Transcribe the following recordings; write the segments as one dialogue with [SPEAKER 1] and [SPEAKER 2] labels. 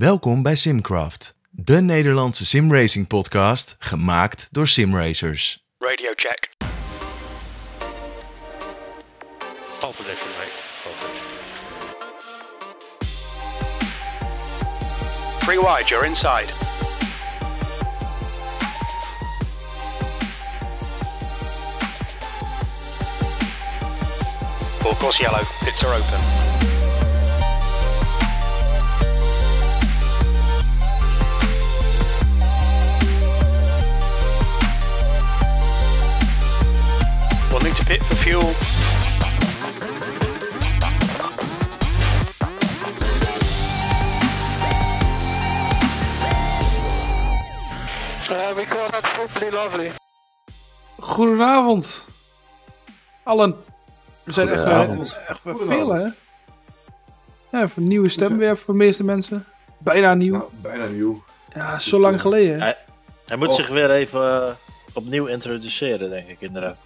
[SPEAKER 1] Welkom bij Simcraft, de Nederlandse simracing podcast gemaakt door simracers.
[SPEAKER 2] Radio check. Pole position, mate. Pole position. Three wide, you're inside. Four course yellow, pits are open. We'll need to pit for fuel.
[SPEAKER 3] Uh, we call that simply lovely.
[SPEAKER 4] Goedenavond. Allen. We zijn echt weer,
[SPEAKER 5] Goedenavond.
[SPEAKER 4] echt weer veel, hè? Ja, even een nieuwe stem weer voor de meeste mensen. Bijna nieuw.
[SPEAKER 5] Nou, bijna nieuw.
[SPEAKER 4] Ja, zo lang geleden. hè?
[SPEAKER 6] dus, eh, Ja. Hij moet
[SPEAKER 5] Oh.
[SPEAKER 6] zich weer even eh, opnieuw introduceren, denk ik inderdaad.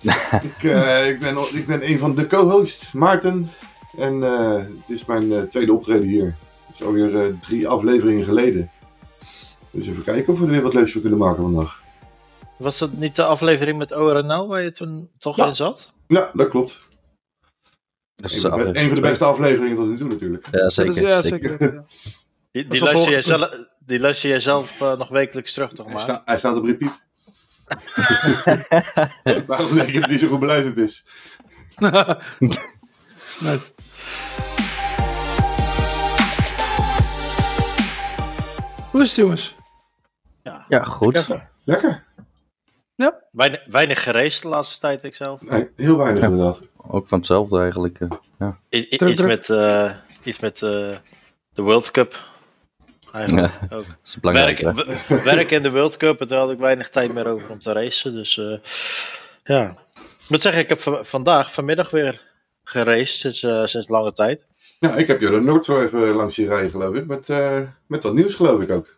[SPEAKER 5] Ik, eh, ik, ben, ik ben een van de co-hosts, Maarten. En eh, het is mijn eh, tweede optreden hier. Het is alweer eh, drie afleveringen geleden. Dus even kijken of we er weer wat leuks van kunnen maken vandaag.
[SPEAKER 6] Was dat niet de aflevering met ORNL waar je toen toch
[SPEAKER 5] Ja.
[SPEAKER 6] in zat?
[SPEAKER 5] Ja, dat klopt.
[SPEAKER 7] Dat
[SPEAKER 5] Een
[SPEAKER 7] is
[SPEAKER 5] van de, be- een van de beste afleveringen tot nu toe natuurlijk.
[SPEAKER 7] Ja,
[SPEAKER 4] Dat
[SPEAKER 7] zeker.
[SPEAKER 4] is- ja,
[SPEAKER 7] zeker.
[SPEAKER 4] zeker. ja.
[SPEAKER 6] Die,
[SPEAKER 4] was
[SPEAKER 6] die,
[SPEAKER 4] dat
[SPEAKER 6] luister, jij
[SPEAKER 4] hoogtepunt?
[SPEAKER 6] zelf, die luister jij zelf eh, nog wekelijks terug, toch
[SPEAKER 5] Hij,
[SPEAKER 6] maar?
[SPEAKER 5] sta- hij staat op repeat. Daarom denk ik dat hij zo goed beluisterd is.
[SPEAKER 4] Nice. Hoe is het, jongens?
[SPEAKER 7] Ja, goed.
[SPEAKER 5] Lekker.
[SPEAKER 6] Weinig, weinig gereisd de laatste tijd, ik zelf.
[SPEAKER 5] Nee, Eh, heel weinig
[SPEAKER 7] Ja.
[SPEAKER 5] inderdaad.
[SPEAKER 7] Ook van hetzelfde eigenlijk. eh.
[SPEAKER 6] I- i-
[SPEAKER 4] Druk,
[SPEAKER 6] iets,
[SPEAKER 4] druk.
[SPEAKER 6] Met, eh, iets met eh, de World Cup. Eigenlijk. ook.
[SPEAKER 7] Dat is belangrijk.
[SPEAKER 6] Werk,
[SPEAKER 7] hè?
[SPEAKER 6] w- werk in de World Cup, en toen had ik weinig tijd meer over om te racen. Dus eh, ja. Ik moet zeggen, ik heb v- vandaag, vanmiddag weer geraced sinds, eh, sinds lange tijd.
[SPEAKER 5] Ja, ik heb Jordan Noord zo even langs zien rijden geloof ik. Met, eh, met wat nieuws geloof ik ook.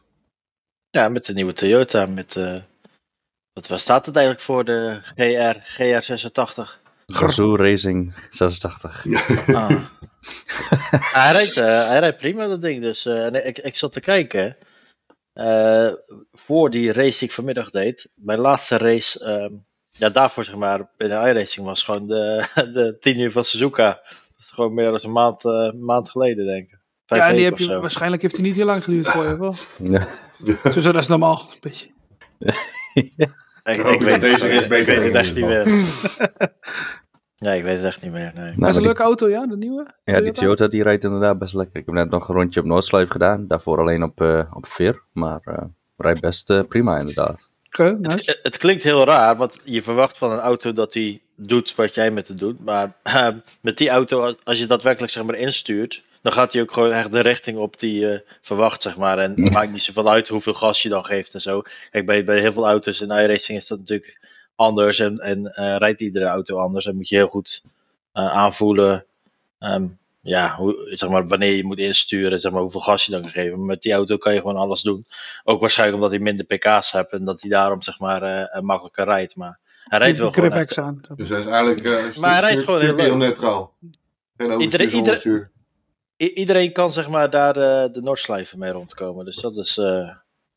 [SPEAKER 6] Ja, met de nieuwe Toyota. Met, eh, wat, waar staat het eigenlijk voor? De GR, GR86.
[SPEAKER 7] Eh, Gazoo Racing 86.
[SPEAKER 6] Ah. hij, rijdt, eh, hij rijdt prima, dat ding. Dus, eh, en ik, ik zat te kijken. eh, voor die race die ik vanmiddag deed. Mijn laatste race. ehm, ja, daarvoor zeg maar. Binnen iRacing was gewoon de, de 10 uur van Suzuka. Dat is gewoon meer dan een maand, eh, maand geleden, denk ik. Vijf
[SPEAKER 4] Ja, en die
[SPEAKER 6] weken
[SPEAKER 4] heb
[SPEAKER 6] of
[SPEAKER 4] je,
[SPEAKER 6] zo.
[SPEAKER 4] waarschijnlijk heeft hij niet heel lang geduurd voor je, of wel?
[SPEAKER 7] Ja.
[SPEAKER 4] Zo, zo, dat is normaal. Een beetje.
[SPEAKER 6] Nou, Ik,
[SPEAKER 5] Oh,
[SPEAKER 6] ik weet,
[SPEAKER 5] deze
[SPEAKER 6] ik-
[SPEAKER 5] is
[SPEAKER 6] ik
[SPEAKER 5] beter
[SPEAKER 6] weet het
[SPEAKER 5] dan
[SPEAKER 6] echt niet meer. nee, ik weet het echt niet meer. Nee.
[SPEAKER 4] Dat is
[SPEAKER 7] Nou,
[SPEAKER 4] een
[SPEAKER 7] maar
[SPEAKER 4] leuke auto, ja, de nieuwe.
[SPEAKER 7] die, ja, die Toyota die rijdt inderdaad best lekker. Ik heb net nog een rondje op Noordsluif gedaan. Daarvoor alleen op, eh op Veer. Maar eh, rijdt best eh, prima inderdaad.
[SPEAKER 4] Oké, nice.
[SPEAKER 6] Het, het klinkt heel raar, want je verwacht van een auto dat die doet wat jij met het doet. Maar eh, met die auto, als, als je daadwerkelijk zeg maar, instuurt, dan gaat hij ook gewoon echt de richting op die je verwacht. Zeg maar. En het maakt niet zoveel uit hoeveel gas je dan geeft en zo. Kijk, bij, bij heel veel auto's in iRacing is dat natuurlijk anders. En, en eh, rijdt iedere auto anders. En moet je heel goed eh, aanvoelen ehm, ja, hoe, zeg maar, wanneer je moet insturen, zeg maar, hoeveel gas je dan kan geven. Maar met die auto kan je gewoon alles doen. Ook waarschijnlijk omdat hij minder pk's hebt en dat hij daarom zeg maar, eh, eh, makkelijker rijdt. Maar hij rijdt wel
[SPEAKER 4] de
[SPEAKER 6] gewoon.
[SPEAKER 4] griphex
[SPEAKER 6] echt-
[SPEAKER 4] aan.
[SPEAKER 5] Dus hij is eigenlijk eh
[SPEAKER 6] Maar hij rijdt gewoon heel
[SPEAKER 5] heel
[SPEAKER 6] leuk.
[SPEAKER 5] neutraal. Geen overstuur,
[SPEAKER 6] Iedereen-
[SPEAKER 5] geen onderstuur.
[SPEAKER 6] I- iedereen kan zeg maar, daar eh, de Noordslijven mee rondkomen. Dus dat is eh,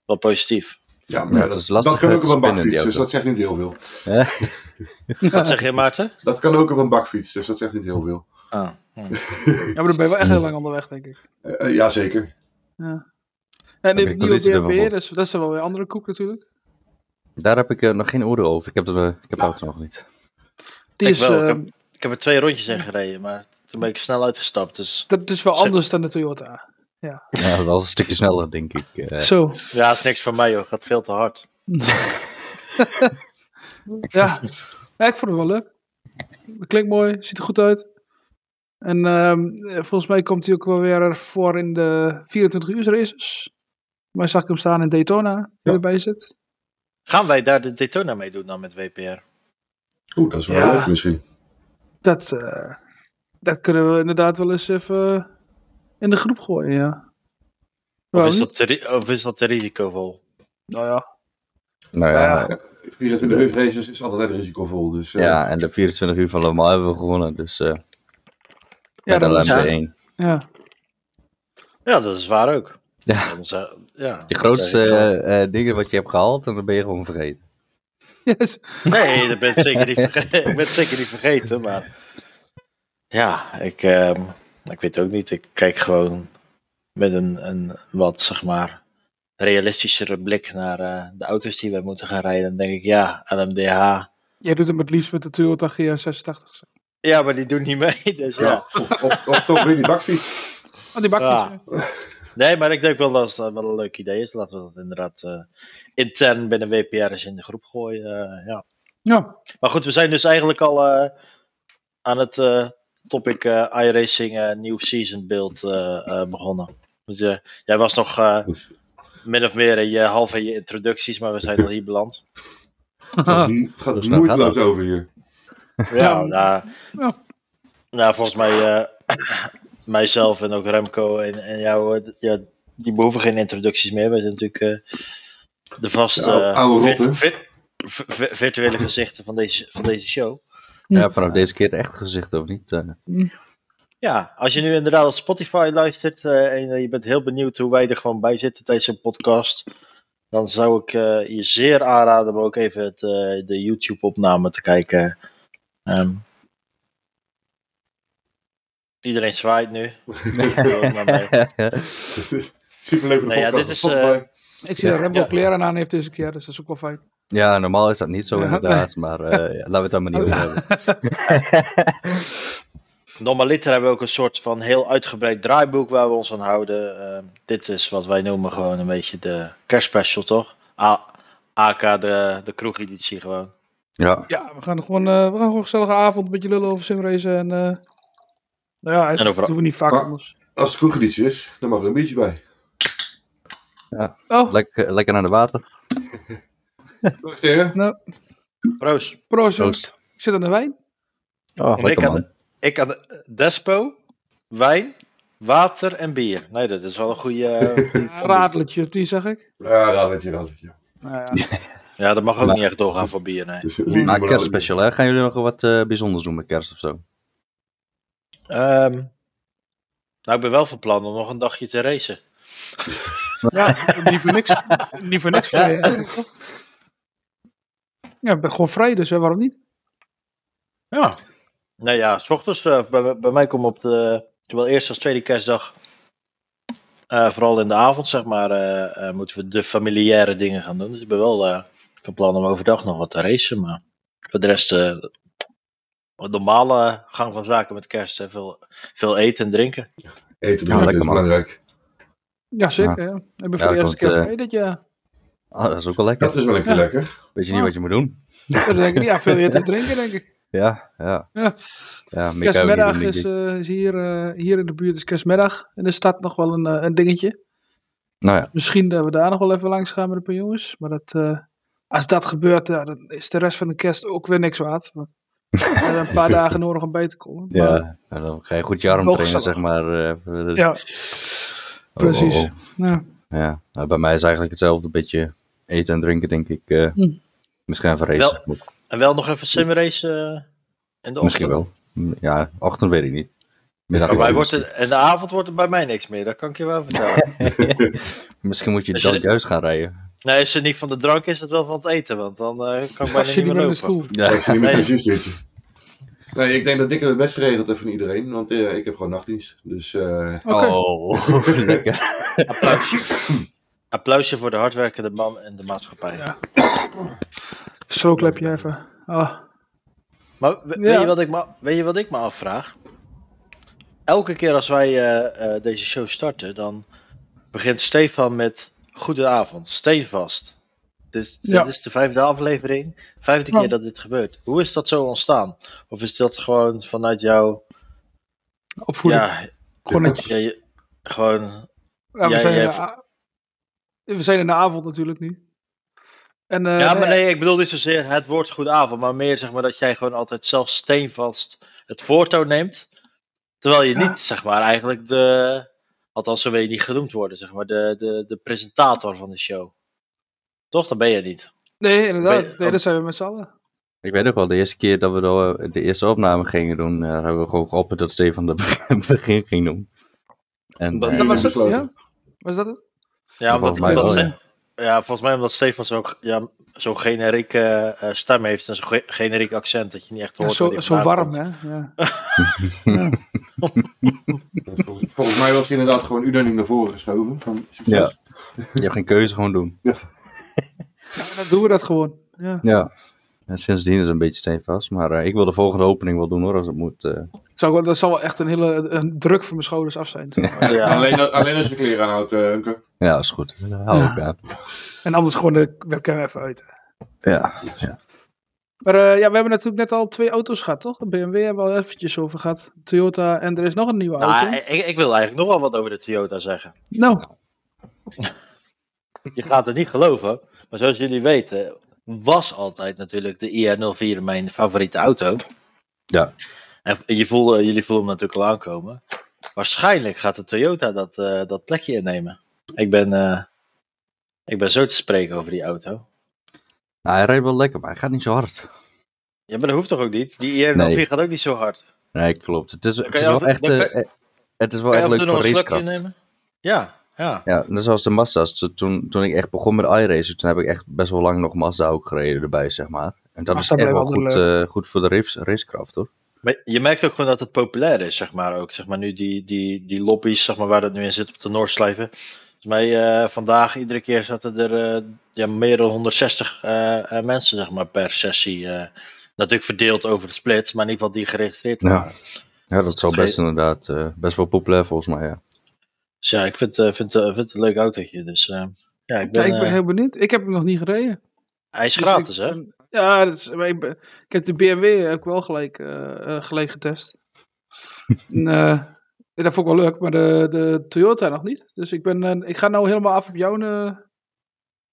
[SPEAKER 6] wel positief.
[SPEAKER 5] Ja,
[SPEAKER 7] Ja, het is lastig
[SPEAKER 5] dat kan ook
[SPEAKER 7] te
[SPEAKER 5] op een
[SPEAKER 7] spinnen, die
[SPEAKER 5] bakfiets, dus
[SPEAKER 7] auto.
[SPEAKER 5] dat zegt niet heel veel.
[SPEAKER 6] Wat zeg je, Maarten?
[SPEAKER 5] Dat kan ook op een bakfiets, dus dat zegt niet heel veel.
[SPEAKER 6] Ah, hm.
[SPEAKER 4] Ja, maar dan ben je wel echt heel lang onderweg, denk ik.
[SPEAKER 5] Eh, eh, Jazeker.
[SPEAKER 4] En de
[SPEAKER 7] Oké,
[SPEAKER 4] nieuwe
[SPEAKER 7] conditie ervan
[SPEAKER 4] BMW,
[SPEAKER 7] op.
[SPEAKER 4] dus dat is wel weer een andere koek natuurlijk.
[SPEAKER 7] Daar heb ik eh, nog geen oordeel over. Ik heb de ik heb de auto nog niet.
[SPEAKER 4] Die
[SPEAKER 6] Ik
[SPEAKER 4] is,
[SPEAKER 6] wel, ik
[SPEAKER 4] ehm,
[SPEAKER 6] Ik heb er twee rondjes in gereden, maar toen ben ik snel uitgestapt. Dus
[SPEAKER 4] dat is wel
[SPEAKER 6] Zeg-
[SPEAKER 4] anders dan de Toyota.
[SPEAKER 7] Ja, wel een stukje sneller, denk ik. eh.
[SPEAKER 4] Zo.
[SPEAKER 6] ja, is niks voor mij, joh. Gaat veel te hard.
[SPEAKER 4] Ja. ja, ik vond het wel leuk. Klinkt mooi, ziet er goed uit. En ehm, eh, volgens mij komt hij ook wel weer voor in de 24 uur races. Maar zag ik hem staan in Daytona, die
[SPEAKER 5] Ja.
[SPEAKER 4] erbij zit.
[SPEAKER 6] Gaan wij daar de Daytona mee doen dan met WPR?
[SPEAKER 5] Oeh, dat is wel
[SPEAKER 4] Ja.
[SPEAKER 5] leuk misschien.
[SPEAKER 4] Dat, eh, dat kunnen we inderdaad wel eens even in de groep gooien, ja.
[SPEAKER 6] Of
[SPEAKER 4] Waarom
[SPEAKER 6] is,
[SPEAKER 4] niet?
[SPEAKER 6] dat te, ri- of is dat te risicovol?
[SPEAKER 4] Nou ja. Nou
[SPEAKER 7] nou ja,
[SPEAKER 4] ja.
[SPEAKER 7] ja.
[SPEAKER 5] 24 uur races is altijd risicovol, dus eh,
[SPEAKER 7] en de 24 uur van Le Mans hebben we gewonnen. Dus eh
[SPEAKER 4] Ja,
[SPEAKER 7] bij de
[SPEAKER 4] dat is-
[SPEAKER 7] LMP1.
[SPEAKER 4] ja.
[SPEAKER 6] Ja, dat is waar ook.
[SPEAKER 7] Ja.
[SPEAKER 6] Dan zou- ja.
[SPEAKER 7] De grootste eh, eh, dingen wat je hebt gehaald en dan ben je gewoon vergeten.
[SPEAKER 4] Yes.
[SPEAKER 7] eh,
[SPEAKER 6] Nee, dat ben ik zeker niet vergeten. ik ben het zeker niet vergeten, maar... Ja, ik, ehm, ik weet het ook niet. Ik kijk gewoon met een, een wat, zeg maar, realistischere blik naar eh, de auto's die we moeten gaan rijden. Dan denk ik, ja, LMDH.
[SPEAKER 4] Jij doet hem het liefst met de Toyota GR86.
[SPEAKER 6] Ja, maar die doen niet mee, dus ja.
[SPEAKER 5] Ja. Of, of, of toch weer die bakfiets.
[SPEAKER 4] Oh, die bakfiets.
[SPEAKER 6] Ja. Nee, maar ik denk wel dat dat wel een leuk idee is. Laten we dat inderdaad eh, intern binnen WPR eens in de groep gooien. eh, ja.
[SPEAKER 4] Ja.
[SPEAKER 6] Maar goed, we zijn dus eigenlijk al eh, aan het eh, topic eh, iRacing eh, New Season Build eh, eh, begonnen. Dus, eh, jij was nog eh, min of meer in je, half in je introducties, maar we zijn al hier beland.
[SPEAKER 5] Het gaat
[SPEAKER 7] snel gaat
[SPEAKER 5] moeiteloos over hier.
[SPEAKER 6] Ja, nou,
[SPEAKER 4] Ja.
[SPEAKER 6] nou, volgens mij, eh, mijzelf en ook Remco en, en jou, eh, d- ja, die behoeven geen introducties meer. Wij zijn natuurlijk eh, de vaste
[SPEAKER 5] Ja,
[SPEAKER 6] eh,
[SPEAKER 5] oude
[SPEAKER 6] vir-
[SPEAKER 5] rotten.
[SPEAKER 6] vir- vir- vir- virtuele gezichten van deze, van deze show.
[SPEAKER 7] Ja, vanaf deze keer echt gezicht of niet. eh.
[SPEAKER 6] Ja, als je nu inderdaad op Spotify luistert eh, en eh, je bent heel benieuwd hoe wij er gewoon bij zitten tijdens een podcast, dan zou ik eh, je zeer aanraden om ook even het, eh, de YouTube-opname te kijken. Ehm, iedereen zwaait nu. Ook naar mij.
[SPEAKER 5] Superleuke
[SPEAKER 6] Nou ja,
[SPEAKER 5] podcast.
[SPEAKER 6] dit
[SPEAKER 5] op
[SPEAKER 6] is,
[SPEAKER 5] Spotify.
[SPEAKER 6] eh,
[SPEAKER 4] Ik zie dat Rembo kleren aan heeft deze keer, dus dat is ook wel fijn.
[SPEAKER 7] ja, normaal is dat niet zo
[SPEAKER 4] Ja.
[SPEAKER 7] inderdaad, maar eh, ja, laten we het daar maar niet over hebben.
[SPEAKER 6] Normaliter hebben we ook een soort van heel uitgebreid draaiboek waar we ons aan houden. Ehm, dit is wat wij noemen gewoon een beetje de kerstspecial, toch? A AK de, de kroegeditie gewoon.
[SPEAKER 7] Ja,
[SPEAKER 4] Ja, we gaan er gewoon, eh, we gaan gewoon een gezellige avond een beetje lullen over simracen. En, eh, nou ja, dat
[SPEAKER 6] En overal-
[SPEAKER 4] doen we niet vaak
[SPEAKER 5] Ah.
[SPEAKER 4] anders.
[SPEAKER 5] Als het kroegediets is, dan mag er een biertje bij.
[SPEAKER 4] Oh,
[SPEAKER 7] lekker, lekker aan de water.
[SPEAKER 5] Dag Sterren.
[SPEAKER 6] Proost.
[SPEAKER 4] proost. jongens.
[SPEAKER 7] Proost.
[SPEAKER 4] Ik zit aan de wijn.
[SPEAKER 7] Oh,
[SPEAKER 6] En
[SPEAKER 7] lekker
[SPEAKER 6] ik had-
[SPEAKER 7] man.
[SPEAKER 6] Ik had eh, despo, wijn, water en bier. Nee, dat is wel een goede. eh,
[SPEAKER 4] Een radeltje, die zeg ik.
[SPEAKER 5] Ja, dat weet je, dat weet je.
[SPEAKER 4] Nou ja,
[SPEAKER 6] ja, dat mag ook
[SPEAKER 7] Maar-
[SPEAKER 6] niet echt doorgaan voor bier. Nee.
[SPEAKER 5] Dus,
[SPEAKER 7] Maar kerstspecial, hè? Gaan jullie nog wat eh, bijzonders doen met kerst of zo?
[SPEAKER 6] Ehm, nou, ik ben wel van plan om nog een dagje te racen.
[SPEAKER 4] ja niet voor niks, niet voor niks vrij. hè. Ja, ik ben gewoon vrij, dus hè, waarom niet?
[SPEAKER 6] Ja. Nou ja, s ochtends eh, bij, bij mij komt op de. Terwijl eerst als tweede kerstdag. eh, vooral in de avond, zeg maar. eh, eh, moeten we de familiaire dingen gaan doen. Dus ik ben wel eh, van plan om overdag nog wat te racen. Maar voor de rest. eh, de normale gang van zaken met kerst. hè. veel, veel eten en drinken.
[SPEAKER 5] Eten
[SPEAKER 7] Ja,
[SPEAKER 5] doen
[SPEAKER 7] lekker,
[SPEAKER 5] is
[SPEAKER 7] man.
[SPEAKER 5] belangrijk.
[SPEAKER 4] Ja, zeker. ja. Ik ben
[SPEAKER 7] Ja,
[SPEAKER 4] voor de eerste
[SPEAKER 7] want,
[SPEAKER 4] keer
[SPEAKER 7] eh,
[SPEAKER 4] vrij dit jaar.
[SPEAKER 7] Ah, dat is ook wel lekker.
[SPEAKER 5] Dat is wel een keer
[SPEAKER 4] Ja.
[SPEAKER 5] lekker.
[SPEAKER 7] Weet je niet
[SPEAKER 4] Oh.
[SPEAKER 7] wat je moet doen?
[SPEAKER 4] Ja, dan denk ik, ja, veel eten en drinken, denk ik.
[SPEAKER 7] Ja, ja.
[SPEAKER 4] Ja.
[SPEAKER 7] ja Mick hebben we niet
[SPEAKER 4] Kerstmiddag
[SPEAKER 7] doen,
[SPEAKER 4] is,
[SPEAKER 7] denk ik.
[SPEAKER 4] eh, is hier, eh, hier in de buurt is kerstmiddag. In de stad nog wel een, eh, een dingetje.
[SPEAKER 7] Nou ja,
[SPEAKER 4] Misschien dat we daar nog wel even langs gaan met een paar jongens. Maar dat, eh, als dat gebeurt, ja, dan is de rest van de kerst ook weer niks waard. Want we hebben een paar dagen nodig om bij te komen. Maar,
[SPEAKER 7] ja. En dan ga je goed je arm
[SPEAKER 4] Wel
[SPEAKER 7] trainen,
[SPEAKER 4] gezellig.
[SPEAKER 7] zeg maar. eh, voor de-
[SPEAKER 4] Ah. Ja, precies.
[SPEAKER 7] Oh, oh,
[SPEAKER 4] Ja.
[SPEAKER 7] oh. Ja. Nou, bij mij is eigenlijk hetzelfde. Een beetje eten en drinken, denk ik. eh.
[SPEAKER 4] Hm.
[SPEAKER 7] Misschien even
[SPEAKER 6] Wel-
[SPEAKER 7] racen.
[SPEAKER 6] En wel nog even simracen eh, in de ochtend.
[SPEAKER 7] Misschien wel. Hm, Ja, ochtend weet ik niet. Middag
[SPEAKER 6] Maar
[SPEAKER 7] wel.
[SPEAKER 6] bij wordt het, in de avond wordt er bij mij niks meer. Dat kan ik je wel vertellen.
[SPEAKER 7] Misschien moet je
[SPEAKER 6] Als
[SPEAKER 7] dan
[SPEAKER 6] je-
[SPEAKER 7] juist gaan rijden.
[SPEAKER 6] nee, als het niet van de drank is, het wel van het eten. Want dan eh, kan ik
[SPEAKER 4] Pas
[SPEAKER 6] bijna
[SPEAKER 4] je
[SPEAKER 6] niet
[SPEAKER 4] niet
[SPEAKER 6] meer
[SPEAKER 4] meer in de
[SPEAKER 6] lopen.
[SPEAKER 4] stoel.
[SPEAKER 7] Ja,
[SPEAKER 5] Ik zie niet met
[SPEAKER 6] Nee.
[SPEAKER 5] een zusliedje. Nee, ik denk dat Dick het best geregeld heeft van iedereen. Want eh, ik heb gewoon nachtdienst. Dus eh,
[SPEAKER 4] Oké.
[SPEAKER 7] Oh, lekker.
[SPEAKER 6] Applausje. Applausje voor de hardwerkende man en de maatschappij.
[SPEAKER 4] Ja. Zo klep je even. Ah,
[SPEAKER 6] Maar we-
[SPEAKER 4] Ja.
[SPEAKER 6] weet, je wat ik me, weet je wat ik me afvraag? Elke keer als wij eh, eh, deze show starten, dan begint Stefan met Goedenavond, stevast. Dus dit
[SPEAKER 4] Ja.
[SPEAKER 6] is de vijfde aflevering, vijfde
[SPEAKER 4] Ja.
[SPEAKER 6] keer dat dit gebeurt. Hoe is dat zo ontstaan? Of is dat gewoon vanuit jou?
[SPEAKER 4] opvoeding.
[SPEAKER 6] Ja,
[SPEAKER 4] Gewoon netjes.
[SPEAKER 6] ja, je- gewoon.
[SPEAKER 4] Ja, we,
[SPEAKER 6] Jij
[SPEAKER 4] zijn in
[SPEAKER 6] hebt-
[SPEAKER 4] de a- we zijn in de avond natuurlijk nu. En, eh,
[SPEAKER 6] ja, maar
[SPEAKER 4] nee,
[SPEAKER 6] nee, ik bedoel niet zozeer het woord goedenavond, maar meer zeg maar dat jij gewoon altijd zelf steenvast het voortouw neemt. Terwijl je
[SPEAKER 4] Ja.
[SPEAKER 6] niet, zeg maar, eigenlijk de. Althans, zo wil je niet genoemd worden, zeg maar, de, de, de presentator van de show. Toch? Dat ben je niet.
[SPEAKER 4] nee, inderdaad.
[SPEAKER 6] Ben je- oh.
[SPEAKER 4] nee, dat zijn we met z'n allen.
[SPEAKER 7] Ik weet ook wel, de eerste keer dat we de, de eerste opname gingen doen, eh, hebben we gewoon geopperd dat Stefan het begin ging doen. En,
[SPEAKER 6] Dat-
[SPEAKER 7] eh,
[SPEAKER 4] Dat was het,
[SPEAKER 5] besloten.
[SPEAKER 4] ja? Was dat het?
[SPEAKER 6] Ja, omdat,
[SPEAKER 7] volgens mij
[SPEAKER 6] omdat
[SPEAKER 7] wel,
[SPEAKER 6] ze- ja, volgens mij omdat Stefan zo'n ja, zo generieke eh, stem heeft en zo'n ge- generiek accent dat je niet echt
[SPEAKER 4] Ja,
[SPEAKER 6] hoort. waar
[SPEAKER 4] zo,
[SPEAKER 6] die
[SPEAKER 4] zo
[SPEAKER 6] vandaan
[SPEAKER 4] warm,
[SPEAKER 6] komt.
[SPEAKER 4] hè? Ja.
[SPEAKER 5] Vol- Volgens mij was hij inderdaad gewoon unaniem naar voren geschoven. Van succes.
[SPEAKER 7] Je hebt geen keuze, gewoon doen.
[SPEAKER 4] Ja, dan doen we dat gewoon. Ja.
[SPEAKER 7] Ja. En sindsdien is het een beetje steenvast. Maar eh, ik wil de volgende opening wel doen hoor, als het moet. eh.
[SPEAKER 4] Het Zou, wel- dat zal wel echt een hele een druk van mijn schouders af zijn.
[SPEAKER 6] Ja.
[SPEAKER 5] Alleen, als- alleen als je kleren aanhoudt, eh, Unke.
[SPEAKER 7] Ja, is goed. Hou ik aan.
[SPEAKER 4] En anders gewoon de webcam even uit.
[SPEAKER 7] Ja.
[SPEAKER 4] Maar eh, ja, we hebben natuurlijk net al twee auto's gehad, toch? De BMW hebben we al eventjes over gehad. Toyota en er is nog een nieuwe auto.
[SPEAKER 6] Nou, ik, ik wil eigenlijk nog wel wat over de Toyota zeggen.
[SPEAKER 4] Nou,
[SPEAKER 6] Je gaat het niet geloven, maar zoals jullie weten was altijd natuurlijk de IR04 mijn favoriete auto.
[SPEAKER 7] Ja.
[SPEAKER 6] En je voelde, jullie voelen hem natuurlijk al aankomen. Waarschijnlijk gaat de Toyota dat, eh, dat plekje innemen. Ik ben, eh, ik ben zo te spreken over die auto.
[SPEAKER 7] Nou, hij rijdt wel lekker, maar hij gaat niet zo hard.
[SPEAKER 6] Ja, maar dat hoeft toch ook niet? Die IR04
[SPEAKER 7] Nee.
[SPEAKER 6] gaat ook niet zo hard.
[SPEAKER 7] Nee, klopt. Het is, het
[SPEAKER 6] je
[SPEAKER 7] is
[SPEAKER 6] af-
[SPEAKER 7] wel echt,
[SPEAKER 6] dan
[SPEAKER 7] eh,
[SPEAKER 6] kan-
[SPEAKER 7] eh, het is wel
[SPEAKER 6] Kan je
[SPEAKER 7] echt
[SPEAKER 6] af en toe
[SPEAKER 7] leuk
[SPEAKER 6] nog
[SPEAKER 7] voor
[SPEAKER 6] een slokje
[SPEAKER 7] racekracht.
[SPEAKER 6] nemen? Ja, ja.
[SPEAKER 7] Ja, net zoals de Mazda's. Toen- Toen, toen ik echt begon met iRacing, toen heb ik echt best wel lang nog Mazda ook gereden erbij, zeg maar. En dat
[SPEAKER 4] Mazda
[SPEAKER 7] is echt wel
[SPEAKER 4] blijft
[SPEAKER 7] goed,
[SPEAKER 4] altijd
[SPEAKER 7] eh, goed voor de race, racecraft, hoor.
[SPEAKER 6] Maar je merkt ook gewoon dat het populair is, zeg maar. Ook zeg maar nu die, die, die lobby's, zeg maar, waar het nu in zit op de Noordslijven. Volgens mij eh, vandaag, iedere keer zaten er eh, ja, meer dan 160 eh, eh, mensen, zeg maar, per sessie. eh. natuurlijk verdeeld over de splits, maar in ieder geval die geregistreerd
[SPEAKER 7] Ja.
[SPEAKER 6] waren.
[SPEAKER 7] Ja, dat zal
[SPEAKER 6] Geen-
[SPEAKER 7] best inderdaad eh, best wel populair volgens mij, ja.
[SPEAKER 6] Dus ja, ik vind, eh, vind, eh, vind het een leuk autootje. Dus eh, ja, ik ben,
[SPEAKER 4] ja, ik ben
[SPEAKER 6] eh,
[SPEAKER 4] heel benieuwd. Ik heb hem nog niet gereden.
[SPEAKER 6] hij is
[SPEAKER 4] Dus
[SPEAKER 6] gratis,
[SPEAKER 4] ik-
[SPEAKER 6] hè?
[SPEAKER 4] Ja, dat is, maar ik, ben- ik heb de BMW ook wel gelijk, eh, eh, gelijk getest. en, eh, ja, dat vond ik wel leuk, maar de, de Toyota nog niet. Dus ik, ben, eh, ik ga nou helemaal af op jouw, eh,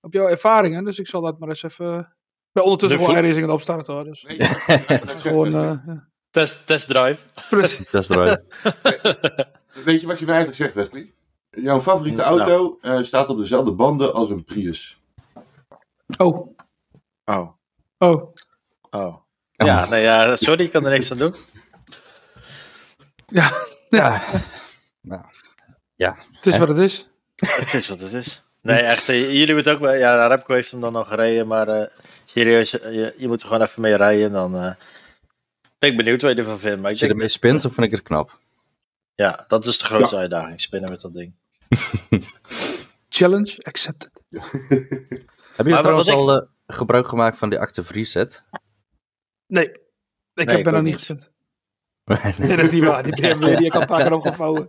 [SPEAKER 4] op jouw ervaringen. Dus ik zal dat maar eens even... Ik ben ondertussen
[SPEAKER 6] De
[SPEAKER 4] gewoon
[SPEAKER 6] vlo-
[SPEAKER 4] iRacing aan het opstarten hoor. Dus
[SPEAKER 5] Nee, dat
[SPEAKER 4] gewoon...
[SPEAKER 5] zegt-
[SPEAKER 4] eh, ja.
[SPEAKER 6] Test, testdrive.
[SPEAKER 4] Precies.
[SPEAKER 7] Dat is eruit.
[SPEAKER 5] Weet je wat je mij eigenlijk zegt, Wesley? Jouw favoriete
[SPEAKER 6] Nou.
[SPEAKER 5] auto eh, staat op dezelfde banden als een Prius.
[SPEAKER 4] Oh,
[SPEAKER 6] Oh,
[SPEAKER 4] oh.
[SPEAKER 6] oh. Ja, nee, ja, sorry, ik kan er niks aan doen.
[SPEAKER 4] Ja, het is
[SPEAKER 7] Hè?
[SPEAKER 4] wat het is.
[SPEAKER 6] Het is wat het is. Nee, echt. eh, Jullie moeten ook wel. Ja, Remco heeft hem dan al gereden. Maar eh, serieus, eh, je, je moet er gewoon even mee rijden. en Dan eh, ben ik benieuwd wat je ervan vindt. Maar ik
[SPEAKER 7] Als je
[SPEAKER 6] denk,
[SPEAKER 7] ermee spint, dan vind ik het knap.
[SPEAKER 6] ja, dat is de grootste uitdaging. Spinnen met dat ding.
[SPEAKER 4] Challenge accepted.
[SPEAKER 7] Heb
[SPEAKER 6] Maar
[SPEAKER 7] je
[SPEAKER 6] wat-
[SPEAKER 7] trouwens
[SPEAKER 6] wat
[SPEAKER 7] al eh, gebruik gemaakt van die active set?
[SPEAKER 4] Nee, ik
[SPEAKER 6] Nee,
[SPEAKER 4] heb
[SPEAKER 6] ik
[SPEAKER 4] ben nog
[SPEAKER 6] ook
[SPEAKER 4] niet
[SPEAKER 6] niet.
[SPEAKER 4] gespind.
[SPEAKER 7] Ah
[SPEAKER 4] Nee, dat is niet waar. Die BMW die heb ik al een paar keer opgevouwen.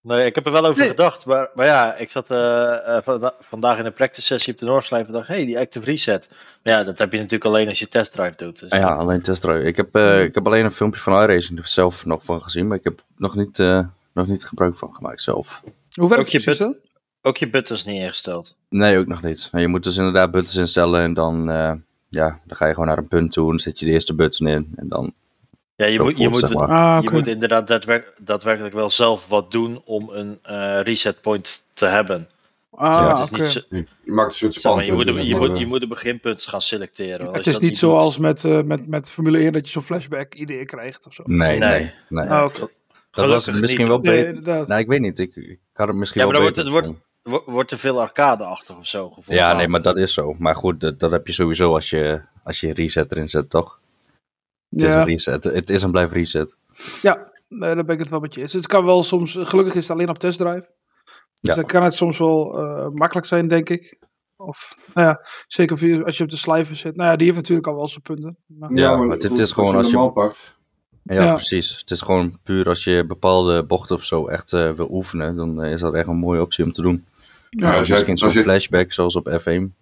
[SPEAKER 6] Nee, ik heb er wel over
[SPEAKER 4] Nee.
[SPEAKER 6] gedacht. Maar, maar ja, ik zat eh, eh, vanda- vandaag in een practice sessie op de Noordslijf. En dacht, hé, hey, die active reset. Maar ja, dat heb je natuurlijk alleen als je testdrive doet. Dus,
[SPEAKER 7] Ah, ja, alleen testdrive. Ik heb, eh, ik heb alleen een filmpje van iRacing er zelf nog van gezien, maar ik heb nog niet, eh, nog niet gebruik van gemaakt zelf.
[SPEAKER 4] Hoe werkt
[SPEAKER 6] Ook je
[SPEAKER 4] het precies
[SPEAKER 6] put-
[SPEAKER 4] dan?
[SPEAKER 6] Ook je buttons niet ingesteld.
[SPEAKER 7] Nee, ook nog niet. Maar Je moet dus inderdaad buttons instellen en dan, eh, ja, dan ga je gewoon naar een punt toe en dan zet je de eerste button in. En dan
[SPEAKER 6] Ja, je
[SPEAKER 7] zo
[SPEAKER 6] moet, je
[SPEAKER 7] voort,
[SPEAKER 6] moet
[SPEAKER 7] zeg
[SPEAKER 6] het
[SPEAKER 7] maar.
[SPEAKER 4] Ah,
[SPEAKER 6] Je
[SPEAKER 4] oké.
[SPEAKER 6] moet inderdaad daadwer- daadwerkelijk wel zelf wat doen om een eh, reset point te hebben.
[SPEAKER 4] Ah,
[SPEAKER 6] het is
[SPEAKER 4] oké.
[SPEAKER 6] niet, zo-
[SPEAKER 5] Je maakt een soort dus
[SPEAKER 6] zeg maar, je, moet,
[SPEAKER 5] spanpunten.
[SPEAKER 6] de- je,
[SPEAKER 5] eh,
[SPEAKER 7] eh.
[SPEAKER 6] moet, je moet de beginpunten gaan selecteren. want als
[SPEAKER 4] Het
[SPEAKER 6] je
[SPEAKER 4] is
[SPEAKER 6] dat
[SPEAKER 4] niet
[SPEAKER 6] doet-
[SPEAKER 4] zoals met, eh, met, met Formule 1 dat je zo'n flashback idee krijgt of zo.
[SPEAKER 7] Nee, nee.
[SPEAKER 6] Nee.
[SPEAKER 7] nee,
[SPEAKER 4] Ah, oké.
[SPEAKER 7] dat was
[SPEAKER 6] Gelukkig
[SPEAKER 7] misschien
[SPEAKER 6] niet.
[SPEAKER 7] wel
[SPEAKER 4] Nee,
[SPEAKER 7] beter.
[SPEAKER 4] inderdaad.
[SPEAKER 7] Nou, ik weet niet. Ik, ik had het misschien
[SPEAKER 6] Ja,
[SPEAKER 7] wel
[SPEAKER 6] maar dan
[SPEAKER 7] beter
[SPEAKER 6] wordt het-
[SPEAKER 7] gevonden.
[SPEAKER 6] Wo- Wordt er veel arcade-achtig of zo gevoeld.
[SPEAKER 7] Ja, nee, maar dat is zo. Maar goed, dat, dat heb je sowieso als je, als je reset erin zet, toch? Het is een
[SPEAKER 4] ja,
[SPEAKER 7] reset. Het is een blijf reset.
[SPEAKER 4] nee, daar ben ik het wel met je eens. Dus Het kan wel soms, eh, gelukkig is het alleen op testdrive. Dus
[SPEAKER 7] Ja.
[SPEAKER 4] dan kan het soms wel eh, makkelijk zijn, denk ik. Of, nou ja, zeker via- als je op de slijver zit. Nou ja, die heeft natuurlijk al wel zijn punten. Maar,
[SPEAKER 7] Ja, maar het- het is gewoon als je-
[SPEAKER 5] normaal pakt.
[SPEAKER 7] Ja,
[SPEAKER 4] Ja.
[SPEAKER 7] precies. Het is gewoon puur als je bepaalde bochten of zo echt eh, wil oefenen, dan eh, is dat echt een mooie optie om te doen.
[SPEAKER 5] Ja, als jij-
[SPEAKER 7] misschien zo'n
[SPEAKER 5] als je-
[SPEAKER 7] flashback zoals op F1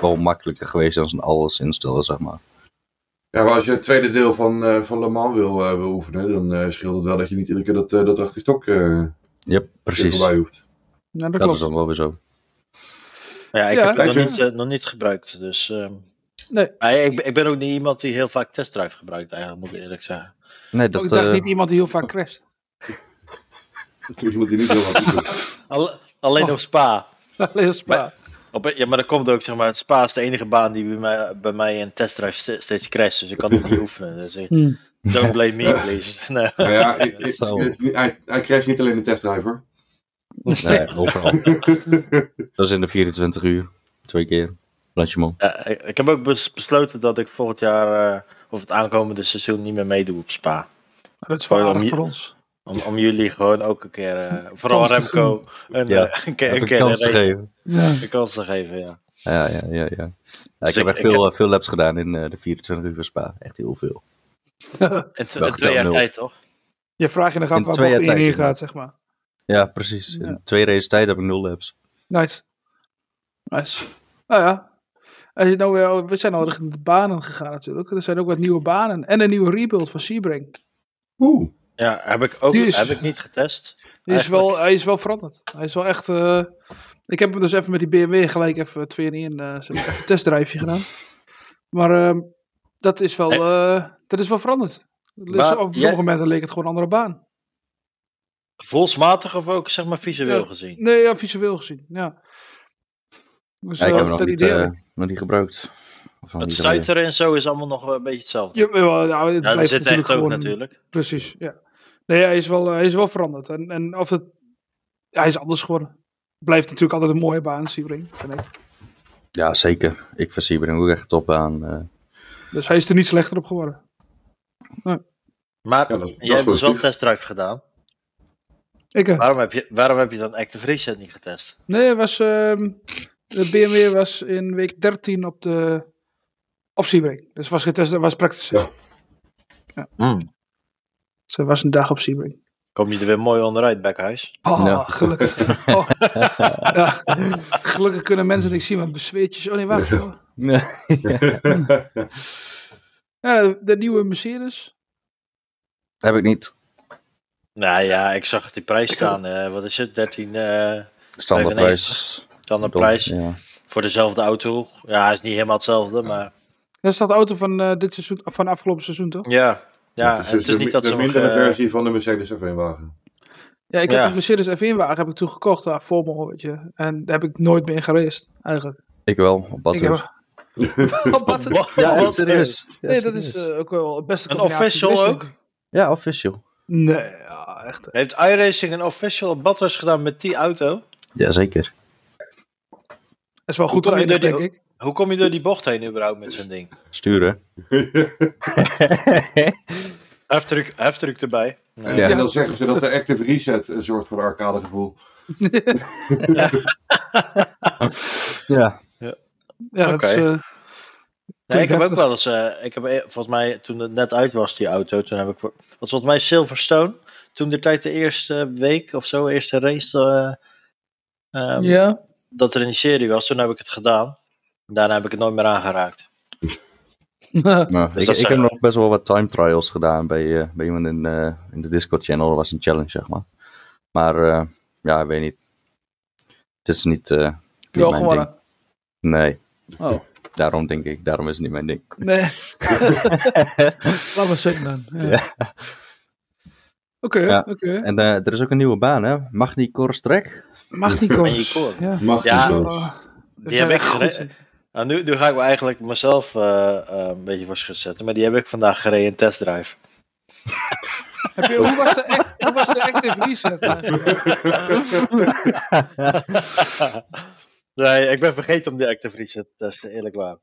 [SPEAKER 7] wel makkelijker geweest dan ze alles instellen, zeg maar.
[SPEAKER 5] Ja, maar als je het tweede deel van, eh, van Le Mans wil, eh, wil oefenen, dan eh, scheelt het wel dat je niet iedere keer dat, eh, dat achterstok eh
[SPEAKER 7] Ja, precies.
[SPEAKER 5] voorbij hoeft.
[SPEAKER 4] nou, dat
[SPEAKER 7] Dat is
[SPEAKER 4] klopt.
[SPEAKER 7] dan wel weer zo.
[SPEAKER 6] Ja, ik
[SPEAKER 4] Ja.
[SPEAKER 6] heb het nog
[SPEAKER 5] Lijkt
[SPEAKER 6] niet, eh, nog niet gebruikt. Dus, ehm,
[SPEAKER 4] Nee.
[SPEAKER 6] Maar ik, ben- ik ben ook niet iemand die heel vaak testdrive gebruikt, eigenlijk, moet ik eerlijk zeggen.
[SPEAKER 7] Nee,
[SPEAKER 4] ik
[SPEAKER 7] dat,
[SPEAKER 4] dacht
[SPEAKER 7] eh,
[SPEAKER 4] niet iemand die heel vaak crasht.
[SPEAKER 5] Dus je moet hier niet heel wat doen.
[SPEAKER 6] Al- alleen
[SPEAKER 4] Oh.
[SPEAKER 6] op Spa.
[SPEAKER 4] Alleen Spa.
[SPEAKER 6] Op, ja, maar dat komt ook, zeg maar, het Spa is de enige baan die bij mij, bij mij in testdrive ste- steeds crasht. Dus ik kan het niet oefenen. Dus ik-
[SPEAKER 4] Hmm.
[SPEAKER 6] Don't blame me, please. Nee.
[SPEAKER 5] Nou ja, ik- ik-
[SPEAKER 7] Zo.
[SPEAKER 5] het is niet- hij, hij crasht niet alleen de testdriver.
[SPEAKER 7] Nee, overal. dat is in de 24 uur. Twee keer. Laat je mond.
[SPEAKER 6] Ja, Eh, ik, ik heb ook bes- besloten dat ik volgend jaar eh, of het aankomende seizoen niet meer meedoe op Spa.
[SPEAKER 4] Dat is wel
[SPEAKER 6] Waarom
[SPEAKER 4] aardig
[SPEAKER 6] je-
[SPEAKER 4] voor ons.
[SPEAKER 6] Om, om jullie gewoon ook een keer, eh, vooral
[SPEAKER 4] Kans te
[SPEAKER 6] Remco, een,
[SPEAKER 7] Ja,
[SPEAKER 6] eh, een keer,
[SPEAKER 7] Even
[SPEAKER 6] een
[SPEAKER 7] een
[SPEAKER 6] keer
[SPEAKER 7] kans te
[SPEAKER 6] een race-
[SPEAKER 7] geven.
[SPEAKER 4] Ja.
[SPEAKER 6] een kans te geven. Ja.
[SPEAKER 7] Ja, ja, ja. ja. ja ik
[SPEAKER 6] ik-
[SPEAKER 7] heb echt
[SPEAKER 6] ik
[SPEAKER 7] veel, eh, veel laps gedaan in eh, de 24 uur van Spa. Echt heel veel.
[SPEAKER 6] En tw-
[SPEAKER 7] Welke
[SPEAKER 6] twee jaar
[SPEAKER 7] dan?
[SPEAKER 6] tijd, toch?
[SPEAKER 4] Je vraagt je dan af
[SPEAKER 7] In
[SPEAKER 4] waar
[SPEAKER 7] twee
[SPEAKER 4] bocht
[SPEAKER 7] jaar
[SPEAKER 4] in je
[SPEAKER 7] tijd,
[SPEAKER 4] gaat, zeg maar.
[SPEAKER 7] Ja, precies.
[SPEAKER 4] Ja.
[SPEAKER 7] In twee race tijd heb ik nul laps.
[SPEAKER 4] Nice. Nice. Nou ja. Als je nou weer, we zijn al richting de banen gegaan natuurlijk. Er zijn ook wat nieuwe banen. En een nieuwe rebuild van Sebring.
[SPEAKER 5] Oeh.
[SPEAKER 6] Ja, heb ik ook
[SPEAKER 4] Die is-
[SPEAKER 6] heb ik niet getest.
[SPEAKER 4] Hij is,
[SPEAKER 6] Eigenlijk.
[SPEAKER 4] wel, hij is wel veranderd. Hij is wel echt... eh, ik heb hem dus even met die BMW gelijk even 2 in 1 eh zeg maar, even een testdrijfje gedaan. Maar ehm, dat, is wel,
[SPEAKER 6] Hey.
[SPEAKER 4] eh, dat is wel veranderd. Dus
[SPEAKER 6] Maar
[SPEAKER 4] op sommige
[SPEAKER 6] jij-
[SPEAKER 4] momenten leek het gewoon een andere baan.
[SPEAKER 6] Gevoelsmatig of ook zeg maar visueel
[SPEAKER 4] Ja.
[SPEAKER 6] gezien.
[SPEAKER 4] Nee, ja, visueel gezien. Ja. Dus,
[SPEAKER 7] Ja, ik
[SPEAKER 4] eh,
[SPEAKER 7] heb hem nog
[SPEAKER 4] dat
[SPEAKER 7] niet,
[SPEAKER 4] idee
[SPEAKER 7] eh,
[SPEAKER 4] had ik.
[SPEAKER 7] nog niet gebruikt.
[SPEAKER 6] Het
[SPEAKER 7] Of nog niet gereden.
[SPEAKER 6] stuiteren en zo is allemaal nog wel een beetje hetzelfde.
[SPEAKER 4] Ja, wel, nou, het
[SPEAKER 6] Ja, er
[SPEAKER 4] blijft
[SPEAKER 6] zit echt
[SPEAKER 4] natuurlijk
[SPEAKER 6] ook
[SPEAKER 4] gewoon...
[SPEAKER 6] natuurlijk.
[SPEAKER 4] Precies, ja. Nee, hij is wel, eh, hij is wel veranderd. En, en of het... ja, hij is anders geworden. Blijft natuurlijk altijd een mooie baan, Sebring, vind ik.
[SPEAKER 7] Ja, zeker. Ik vind Sebring ook echt top aan. eh,
[SPEAKER 4] Dus hij is er niet slechter op geworden.
[SPEAKER 6] Maar
[SPEAKER 5] Ja, dat is- dat is
[SPEAKER 6] jij hebt dus wel een
[SPEAKER 5] positief.
[SPEAKER 6] testdrive gedaan.
[SPEAKER 4] Ik, eh,
[SPEAKER 6] Waarom heb je, waarom heb je dan Active Reset niet getest?
[SPEAKER 4] nee, was, ehm, de BMW was in week 13 op de... Op Sebring. Dus was getest, was praktisch.
[SPEAKER 5] Ja.
[SPEAKER 4] Ze Dus was een dag op Sebring.
[SPEAKER 6] Kom je er weer mooi onderuit, Bekhuis?
[SPEAKER 4] Oh,
[SPEAKER 7] Ja.
[SPEAKER 4] gelukkig. Oh. Ja. Gelukkig kunnen mensen niks zien met bezweertjes. Oh nee, wacht. hoor. Ja, de, de nieuwe Mercedes.
[SPEAKER 7] heb ik niet.
[SPEAKER 6] Nou ja, ik zag die prijs staan. eh, wat is het? 13 eh
[SPEAKER 7] Standaardprijs.
[SPEAKER 6] dan een prijs
[SPEAKER 7] Ja.
[SPEAKER 6] voor dezelfde auto. Ja, hij is niet helemaal hetzelfde, maar
[SPEAKER 4] Dat is dat auto van, eh, dit seizoen, van afgelopen seizoen, toch?
[SPEAKER 6] ja. Ja,
[SPEAKER 5] het is,
[SPEAKER 6] en het is
[SPEAKER 5] de,
[SPEAKER 6] niet dat
[SPEAKER 5] de
[SPEAKER 6] ze nog,
[SPEAKER 5] mindere
[SPEAKER 6] eh,
[SPEAKER 5] versie van de Mercedes F1-wagen.
[SPEAKER 4] Ja, ik
[SPEAKER 6] Ja.
[SPEAKER 4] heb de Mercedes F1-wagen heb ik toen gekocht daar voor me, weet je. En daar heb ik nooit meer in gereisd, eigenlijk.
[SPEAKER 7] Ik wel, op
[SPEAKER 4] Ik
[SPEAKER 7] Badhoek.
[SPEAKER 4] heb-
[SPEAKER 6] dus?
[SPEAKER 4] Wat?
[SPEAKER 6] Wat?
[SPEAKER 7] Ja,
[SPEAKER 6] Wat?
[SPEAKER 7] echt serieus. Ja,
[SPEAKER 4] Nee, dat is
[SPEAKER 7] serieus.
[SPEAKER 4] eh, ook wel het beste
[SPEAKER 6] Een
[SPEAKER 4] combinatie
[SPEAKER 6] official
[SPEAKER 4] geweest,
[SPEAKER 6] ook?
[SPEAKER 4] denk ik.
[SPEAKER 7] Ja, official.
[SPEAKER 4] Nee, ja, echt. eh,
[SPEAKER 6] Heeft iRacing een official op Bathurst gedaan met die auto?
[SPEAKER 7] Jazeker.
[SPEAKER 4] Dat is wel goed
[SPEAKER 6] kom je
[SPEAKER 4] geëindigd,
[SPEAKER 6] door
[SPEAKER 4] denk
[SPEAKER 6] die-
[SPEAKER 4] ik.
[SPEAKER 6] Hoe kom je door die bocht heen überhaupt met zo'n ding?
[SPEAKER 7] Sturen.
[SPEAKER 6] Heftruck, heftruck erbij.
[SPEAKER 5] En,
[SPEAKER 7] Ja.
[SPEAKER 5] en dan zeggen ze dat de Active Reset eh, zorgt voor een arcadegevoel.
[SPEAKER 7] ja.
[SPEAKER 4] Ja, dat is...
[SPEAKER 6] Oké.
[SPEAKER 4] eh,
[SPEAKER 6] Nee, ik heb ook
[SPEAKER 4] heftig.
[SPEAKER 6] wel eens, eh, ik heb eh, volgens mij toen het net uit was, die auto, toen heb ik, was volgens mij Silverstone, toen de tijd de eerste week of zo, eerste race, eh, ehm,
[SPEAKER 4] ja,
[SPEAKER 6] dat er in die serie was, toen heb ik het gedaan. Daarna heb ik het nooit meer aangeraakt.
[SPEAKER 7] Nou,
[SPEAKER 6] Dus
[SPEAKER 7] ik,
[SPEAKER 6] dat
[SPEAKER 7] ik
[SPEAKER 6] zijn-
[SPEAKER 7] heb nog best wel wat time trials gedaan bij, eh, bij iemand in, eh, in de Discord channel. Dat was een challenge, zeg maar. Maar eh, ja, ik weet niet. Het is niet, eh, niet
[SPEAKER 4] wel
[SPEAKER 7] mijn ding.
[SPEAKER 4] gewonnen.
[SPEAKER 7] Nee,
[SPEAKER 4] Oh,
[SPEAKER 7] daarom denk ik. Daarom is het niet mijn ding.
[SPEAKER 4] nee. Laat maar zitten dan. Ja. Oké,
[SPEAKER 7] Ja.
[SPEAKER 4] oké.
[SPEAKER 7] En eh, er is ook een nieuwe baan, hè? Magni Korstrek.
[SPEAKER 4] Mag niet
[SPEAKER 6] En je koor.
[SPEAKER 4] Ja.
[SPEAKER 5] Mag
[SPEAKER 6] Ja.
[SPEAKER 5] niet zo.
[SPEAKER 4] Oh, dat
[SPEAKER 6] Die heb
[SPEAKER 4] zijn
[SPEAKER 6] ik
[SPEAKER 4] echt goed.
[SPEAKER 6] gere- Nou, nu, nu ga ik me eigenlijk mezelf eh, eh, een beetje voor schut zetten, maar die heb ik vandaag gereden in testdrive.
[SPEAKER 4] Heb je, hoe, was de, act- hoe was de active reset? eigenlijk?
[SPEAKER 6] Nee, ik ben vergeten om die Active Reset te testen, eerlijk waar.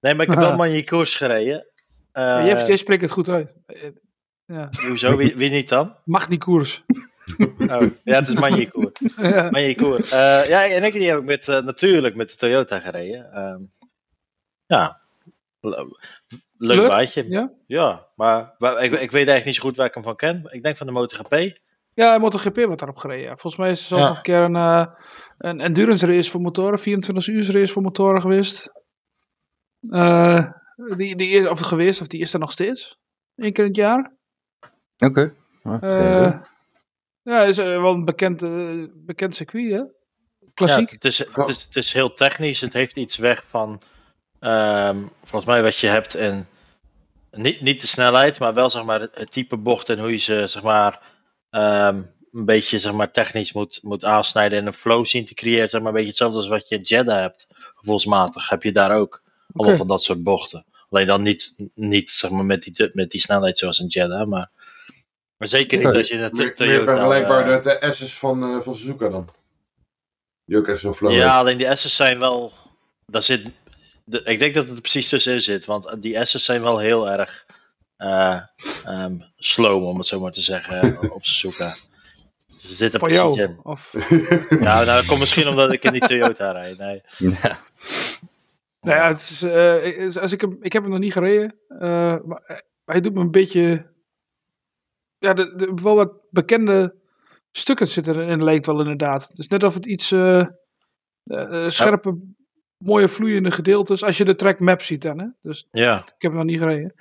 [SPEAKER 6] Nee, maar ik heb wel Manje Koers gereden. Eh,
[SPEAKER 4] Jij- jij spreekt het goed uit.
[SPEAKER 6] Hoezo? Wie, wie niet dan?
[SPEAKER 4] Mag niet koers.
[SPEAKER 6] Oh, ja, het is Manjekoer.
[SPEAKER 4] Ja.
[SPEAKER 6] Manjekoer. Eh ja, en ik die heb ik met, eh, natuurlijk met de Toyota gereden. Ehm, ja, Le- leuk
[SPEAKER 4] Leuk,
[SPEAKER 6] baantje.
[SPEAKER 4] ja.
[SPEAKER 6] Ja, maar wa- ik, ik weet eigenlijk niet zo goed waar ik hem van ken. Ik denk van de MotoGP.
[SPEAKER 4] Ja, MotoGP wordt daarop gereden. ja. Volgens mij is er zelfs
[SPEAKER 6] Ja.
[SPEAKER 4] nog een keer een, eh, een endurance race voor motoren, 24 uur race voor motoren geweest. Eh, die, die is, of geweest, of die is er nog steeds. Eén keer in het jaar.
[SPEAKER 7] Oké. Ah, geen
[SPEAKER 4] Eh,
[SPEAKER 7] idee.
[SPEAKER 4] ja, is eh, wel een bekend, eh, bekend circuit, hè?
[SPEAKER 6] Ja,
[SPEAKER 4] Klassiek.
[SPEAKER 6] het, is, het, is, het is heel technisch. Het heeft iets weg van, ehm, volgens mij, wat je hebt in. Niet, niet de snelheid, maar wel zeg maar, het- het type bocht en hoe je ze zeg maar, ehm, een beetje zeg maar, technisch moet, moet aansnijden en een flow zien te creëren. Zeg maar, een beetje hetzelfde als wat je in Jeddah hebt. Gevoelsmatig heb je daar ook
[SPEAKER 4] Oké.
[SPEAKER 6] allemaal van dat soort bochten. Alleen dan niet, niet zeg maar, met, die, met die snelheid zoals in Jeddah, maar Maar zeker niet
[SPEAKER 7] Ja.
[SPEAKER 6] als je net een
[SPEAKER 5] Meer,
[SPEAKER 6] Toyota...
[SPEAKER 5] meer vergelijkbaar dus met
[SPEAKER 6] eh,
[SPEAKER 5] de S's van, eh, van Suzuka dan. Die ook echt zo flauw
[SPEAKER 6] Ja,
[SPEAKER 5] is.
[SPEAKER 6] alleen die S's zijn wel... Daar zit, de- ik denk dat het er precies tussenin zit. Want die S's zijn wel heel erg eh ehm, slow, om het zo maar te zeggen, op Suzuka. Dus er zit er
[SPEAKER 4] Voor
[SPEAKER 6] precies
[SPEAKER 4] jou.
[SPEAKER 6] in.
[SPEAKER 4] Of,
[SPEAKER 6] Nou, nou, dat komt misschien omdat ik in die Toyota rijd. Nee.
[SPEAKER 7] Ja.
[SPEAKER 4] nou ja, het is, eh, het is- als ik, hem, ik heb hem nog niet gereden. eh, maar eh, hij doet me een beetje... Ja, de, de, wel wat bekende stukken zitten erin, leek wel inderdaad. Het is net of het iets eh, eh, eh, scherpe, mooie vloeiende gedeeltes... Als je de track map ziet dan, hè. Dus
[SPEAKER 6] Ja,
[SPEAKER 4] Ik heb hem nog niet gereden.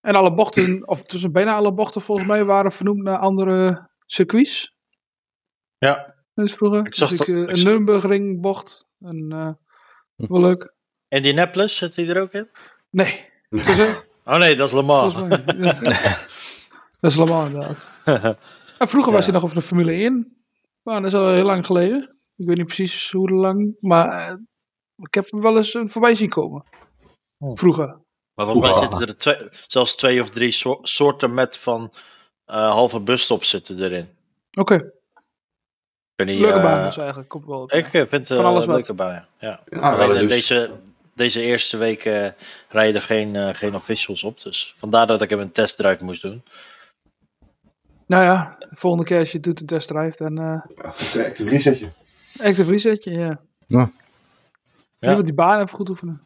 [SPEAKER 4] En alle bochten, of tussen bijna alle bochten volgens mij, waren vernoemd naar andere circuits.
[SPEAKER 6] Ja.
[SPEAKER 4] Eens vroeger.
[SPEAKER 6] Ik zag
[SPEAKER 4] Dus
[SPEAKER 6] dat-
[SPEAKER 4] eh,
[SPEAKER 6] ik
[SPEAKER 4] een
[SPEAKER 6] zag-
[SPEAKER 4] Nürburgring bocht. En, eh, wel leuk.
[SPEAKER 6] Indianapolis zit die er ook in?
[SPEAKER 4] Nee. Dat is het,
[SPEAKER 6] Oh nee, dat is Le Mans.
[SPEAKER 4] volgens mij. dat is allemaal inderdaad. En vroeger was
[SPEAKER 6] Ja.
[SPEAKER 4] hij nog over de Formule 1. Maar dat is al heel lang geleden. Ik weet niet precies hoe lang. Maar eh, ik heb hem wel eens eh, voorbij zien komen.
[SPEAKER 6] Oh.
[SPEAKER 4] Vroeger.
[SPEAKER 6] Maar volgens mij
[SPEAKER 5] Oeh.
[SPEAKER 6] zitten er twee, zelfs twee of drie so- soorten met van eh, halve busstops zitten erin.
[SPEAKER 4] Oké.
[SPEAKER 6] Ik weet niet,
[SPEAKER 4] Leuke
[SPEAKER 6] eh,
[SPEAKER 4] baan dus eigenlijk. Komt wel. op neer.
[SPEAKER 6] Ik eh, vind het
[SPEAKER 4] Van alles
[SPEAKER 6] een
[SPEAKER 4] wat.
[SPEAKER 6] leuke baan, ja.
[SPEAKER 5] Ja,
[SPEAKER 6] Alleen, eh,
[SPEAKER 5] dus.
[SPEAKER 6] deze, deze eerste week eh, rijden er geen, eh, geen officials op. Dus vandaar dat ik hem een testdrive moest doen.
[SPEAKER 4] Nou ja, de volgende keer als je het doet een testdrive en eh
[SPEAKER 5] Ja, direct een resetje.
[SPEAKER 4] active resetje, ja. In
[SPEAKER 7] Ja.
[SPEAKER 4] ieder geval die baan even goed oefenen.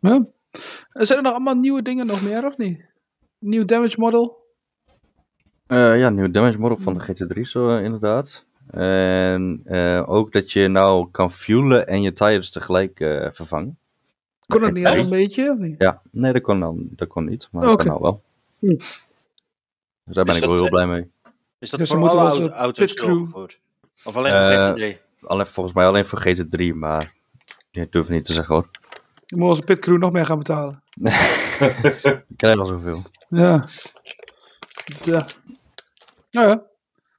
[SPEAKER 4] Ja. Eh, Zijn er nog allemaal nieuwe dingen nog meer, of niet? Nieuw damage model?
[SPEAKER 7] Eh, ja, nieuw damage model van de GT3 zo eh, inderdaad. En eh, ook dat je nou kan fuelen en je tires tegelijk eh, vervangen.
[SPEAKER 4] Kon dat niet al
[SPEAKER 7] Hey.
[SPEAKER 4] een beetje, of niet?
[SPEAKER 7] Ja, nee, dat kon, dan, dat kon niet, maar dat
[SPEAKER 4] Oké.
[SPEAKER 7] kan nou wel.
[SPEAKER 4] Hm.
[SPEAKER 7] Dus daar ben
[SPEAKER 6] Is
[SPEAKER 7] ik wel
[SPEAKER 6] dat,
[SPEAKER 7] heel blij mee.
[SPEAKER 6] Is dat
[SPEAKER 4] Dus dan
[SPEAKER 6] voor
[SPEAKER 4] moeten
[SPEAKER 6] alle
[SPEAKER 4] we onze
[SPEAKER 6] oude auto's
[SPEAKER 4] pitcrew-
[SPEAKER 6] doorgevoerd? Of alleen voor
[SPEAKER 7] Eh,
[SPEAKER 6] GT3?
[SPEAKER 7] Alleen, volgens mij alleen voor GT3, maar ik durf het niet te zeggen hoor.
[SPEAKER 4] Je moet onze pitcrew nog meer gaan betalen.
[SPEAKER 7] Ik krijg wel zoveel.
[SPEAKER 4] Ja. Dat, eh, Nou ja,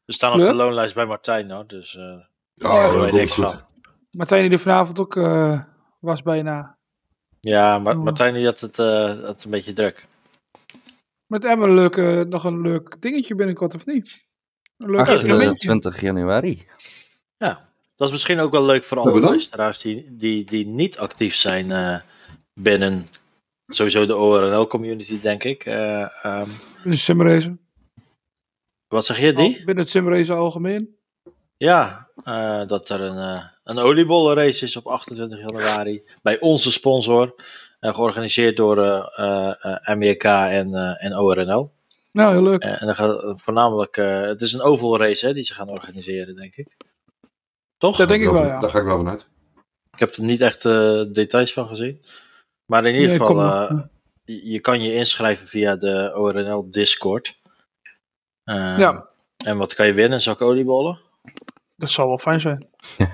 [SPEAKER 6] We staan op
[SPEAKER 4] ja.
[SPEAKER 6] de loonlijst bij Martijn, hoor. Dus eh,
[SPEAKER 5] Oh,
[SPEAKER 6] daar weet
[SPEAKER 5] dat
[SPEAKER 6] ik niks
[SPEAKER 5] komt
[SPEAKER 6] van.
[SPEAKER 5] goed.
[SPEAKER 4] Martijn die er vanavond ook eh, was bijna.
[SPEAKER 6] Ja, maar
[SPEAKER 4] Oh.
[SPEAKER 6] Martijn die had het, eh, had een beetje druk.
[SPEAKER 4] Met Emma een leuk, eh, nog een leuk dingetje binnenkort, of niet? Een
[SPEAKER 6] eh,
[SPEAKER 4] leuk experimentje.
[SPEAKER 7] 28 eh, januari.
[SPEAKER 6] Dat is misschien ook wel leuk voor
[SPEAKER 5] Wat
[SPEAKER 6] alle
[SPEAKER 5] bedoel je?
[SPEAKER 6] luisteraars die, die, die niet actief zijn eh, binnen sowieso de ORNL community, denk ik. Eh, ehm,
[SPEAKER 4] Een simrace.
[SPEAKER 6] wat zeg je, die?
[SPEAKER 4] Binnen het simrace algemeen.
[SPEAKER 6] Ja, eh, dat er een, eh, een oliebollenrace is op 28 januari bij onze sponsor. eh, georganiseerd door eh, eh, eh, MEK en, eh en ORNL.
[SPEAKER 4] Nou, heel leuk.
[SPEAKER 6] Eh, en dan gaat voornamelijk, eh, het is een oval race hè, die ze gaan organiseren, denk ik. Toch?
[SPEAKER 4] Dat denk ik wel, ja.
[SPEAKER 5] Daar ga ik wel vanuit.
[SPEAKER 6] Ik heb er niet echt eh, details van gezien. Maar in ieder
[SPEAKER 4] Nee,
[SPEAKER 6] geval,
[SPEAKER 4] kom nog.
[SPEAKER 6] eh, je je kan je inschrijven via de ORNL Discord. Eh,
[SPEAKER 4] Ja.
[SPEAKER 6] En wat kan je winnen? Een zak oliebollen?
[SPEAKER 4] Dat zou wel fijn zijn.
[SPEAKER 6] Nee,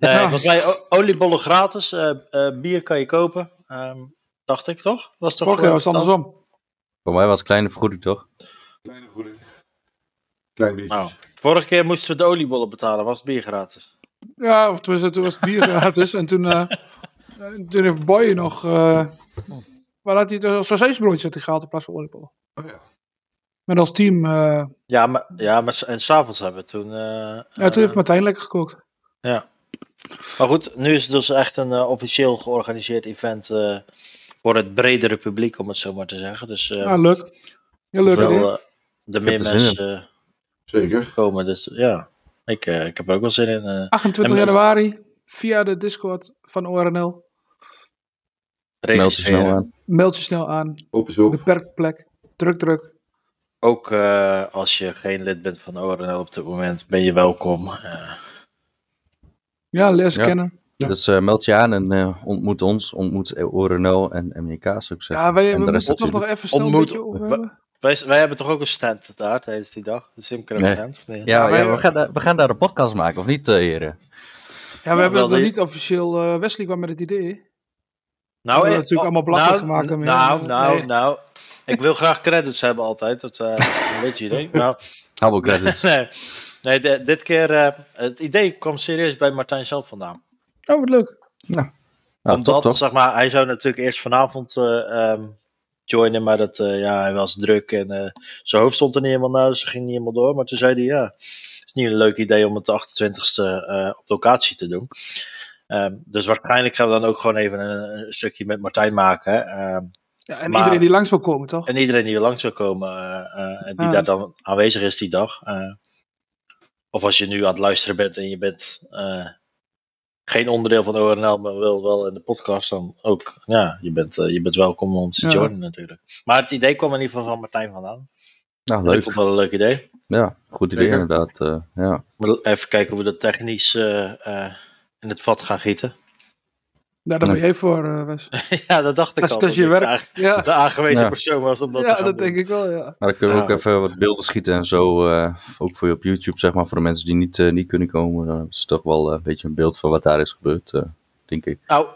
[SPEAKER 4] Ja.
[SPEAKER 6] volgens mij o- oliebollen gratis. eh, eh, bier kan je kopen. Ehm, dacht ik, toch? Was toch
[SPEAKER 4] Vorig jaar was het
[SPEAKER 6] eh,
[SPEAKER 4] andersom.
[SPEAKER 7] Voor mij was het kleine vergoeding toch?
[SPEAKER 5] Kleine goede. Klein beetje.
[SPEAKER 6] Nou, vorige keer moesten we de oliebollen betalen. Was het bier gratis?
[SPEAKER 4] Ja, of tenminste, toen was het bier gratis. en toen, eh, toen heeft Boy nog... eh waar had hij het? Een sausagebroodje had hij gehaald in plaats van oliebollen.
[SPEAKER 5] Oh ja.
[SPEAKER 4] Met als team... eh
[SPEAKER 6] Ja, maar, ja, maar s- en s'avonds hebben we toen... eh,
[SPEAKER 4] ja, toen
[SPEAKER 6] eh,
[SPEAKER 4] heeft Martijn lekker gekookt.
[SPEAKER 6] Maar goed, nu is het dus echt een eh, officieel georganiseerd event eh, voor het bredere publiek, om het zo maar te zeggen. Dus eh,
[SPEAKER 4] Ja, Ah, leuk. Heel leuk.
[SPEAKER 6] hoeveel,
[SPEAKER 4] idee.
[SPEAKER 6] eh, de
[SPEAKER 7] heb
[SPEAKER 6] meer
[SPEAKER 7] er zin in.
[SPEAKER 6] mensen eh,
[SPEAKER 5] Zeker.
[SPEAKER 6] komen. Dus ja, ik, eh, ik heb er ook wel zin in. eh.
[SPEAKER 4] 28
[SPEAKER 6] en-
[SPEAKER 4] januari, via de Discord van ORNL.
[SPEAKER 7] Meld je snel
[SPEAKER 6] registreren.
[SPEAKER 7] aan.
[SPEAKER 4] Meld je snel aan.
[SPEAKER 5] Op is op.
[SPEAKER 4] Beperkt plek. Druk, druk.
[SPEAKER 6] Ook eh, als je geen lid bent van ORNL op dit moment, ben je welkom. Eh,
[SPEAKER 4] Ja, leer ze
[SPEAKER 7] Ja.
[SPEAKER 4] kennen.
[SPEAKER 7] Dus eh, meld je aan en eh, ontmoet ons, ontmoet Oreno en MJK zou ik zeggen.
[SPEAKER 4] Ja, wij,
[SPEAKER 7] En
[SPEAKER 4] we
[SPEAKER 7] de rest
[SPEAKER 4] moeten toch nog
[SPEAKER 7] natuurlijk.
[SPEAKER 4] even snel een
[SPEAKER 6] Ontmoet-
[SPEAKER 4] beetje eh, over hebben.
[SPEAKER 6] wij, wij hebben toch ook een stand daar tijdens die dag? De Simcrow
[SPEAKER 7] Nee.
[SPEAKER 6] stand? Of niet?
[SPEAKER 7] Ja,
[SPEAKER 4] Ja,
[SPEAKER 7] ja,
[SPEAKER 4] Nou, wij-
[SPEAKER 7] we, gaan daar, we gaan daar een podcast maken, of niet, eh, heren?
[SPEAKER 4] Ja, we
[SPEAKER 6] Ja,
[SPEAKER 4] hebben
[SPEAKER 6] wel
[SPEAKER 4] nog
[SPEAKER 6] die-
[SPEAKER 4] niet officieel. eh, Wesley kwam met het idee.
[SPEAKER 6] Nou,
[SPEAKER 4] We hebben
[SPEAKER 6] eh,
[SPEAKER 4] natuurlijk allemaal belachelijk
[SPEAKER 6] nou,
[SPEAKER 4] gemaakt daarmee.
[SPEAKER 6] Nou, nou,
[SPEAKER 4] Nee.
[SPEAKER 6] nou. Ik wil graag credits hebben altijd. Dat eh een beetje idee. Nou,
[SPEAKER 7] Hubble credits.
[SPEAKER 6] nee, nee de- dit keer. eh, het idee kwam serieus bij Martijn zelf vandaan.
[SPEAKER 4] Oh, wat leuk.
[SPEAKER 7] Nou,
[SPEAKER 6] Omdat,
[SPEAKER 7] top, toch?
[SPEAKER 6] zeg maar, hij zou natuurlijk eerst vanavond. eh, ehm, joinen, maar dat, eh, ja, hij was druk en eh, zijn hoofd stond er niet helemaal naar, dus het ging niet helemaal door. Maar toen zei hij, ja, het is niet een leuk idee om het de 28ste eh, op locatie te doen. Ehm, dus waarschijnlijk gaan we dan ook gewoon even een, een stukje met Martijn maken. Ehm,
[SPEAKER 4] Ja, en
[SPEAKER 6] Maar-
[SPEAKER 4] iedereen die langs wil komen, toch?
[SPEAKER 6] en iedereen die er langs wil komen eh, eh, en die
[SPEAKER 4] Ah.
[SPEAKER 6] daar dan aanwezig is die dag. eh, of als je nu aan het luisteren bent en je bent eh, geen onderdeel van ORNL, maar wel, wel in de podcast, dan ook. Ja, je bent, eh, je bent welkom om te
[SPEAKER 4] Ja.
[SPEAKER 6] joinen natuurlijk. Maar het idee kwam in ieder geval van Martijn vandaan.
[SPEAKER 7] Nou,
[SPEAKER 6] Leuk. Ik
[SPEAKER 7] leuk.
[SPEAKER 6] vond het wel een leuk idee.
[SPEAKER 7] Ja, goed idee
[SPEAKER 5] Lekker.
[SPEAKER 7] inderdaad. eh, ja.
[SPEAKER 6] Maar Even kijken hoe we dat technisch eh, eh, in het vat gaan gieten.
[SPEAKER 4] Nou, daar ben
[SPEAKER 7] Nee.
[SPEAKER 4] jij voor, eh, Wes.
[SPEAKER 6] ja, dat dacht ik
[SPEAKER 4] Dat is-
[SPEAKER 6] al.
[SPEAKER 4] dat is je
[SPEAKER 6] ik
[SPEAKER 4] werk.
[SPEAKER 6] de aange-
[SPEAKER 4] Ja,
[SPEAKER 6] De aangewezen
[SPEAKER 7] Ja.
[SPEAKER 6] persoon was om dat
[SPEAKER 4] ja
[SPEAKER 6] te
[SPEAKER 4] dat denk ik wel, ja.
[SPEAKER 7] Maar dan kunnen we
[SPEAKER 6] Ja.
[SPEAKER 7] ook even wat beelden schieten en zo. eh, ook voor je op YouTube, zeg maar, voor de mensen die niet, eh, niet kunnen komen. Dan hebben ze toch wel eh, een beetje een beeld van wat daar is gebeurd, eh, denk ik.
[SPEAKER 6] Nou,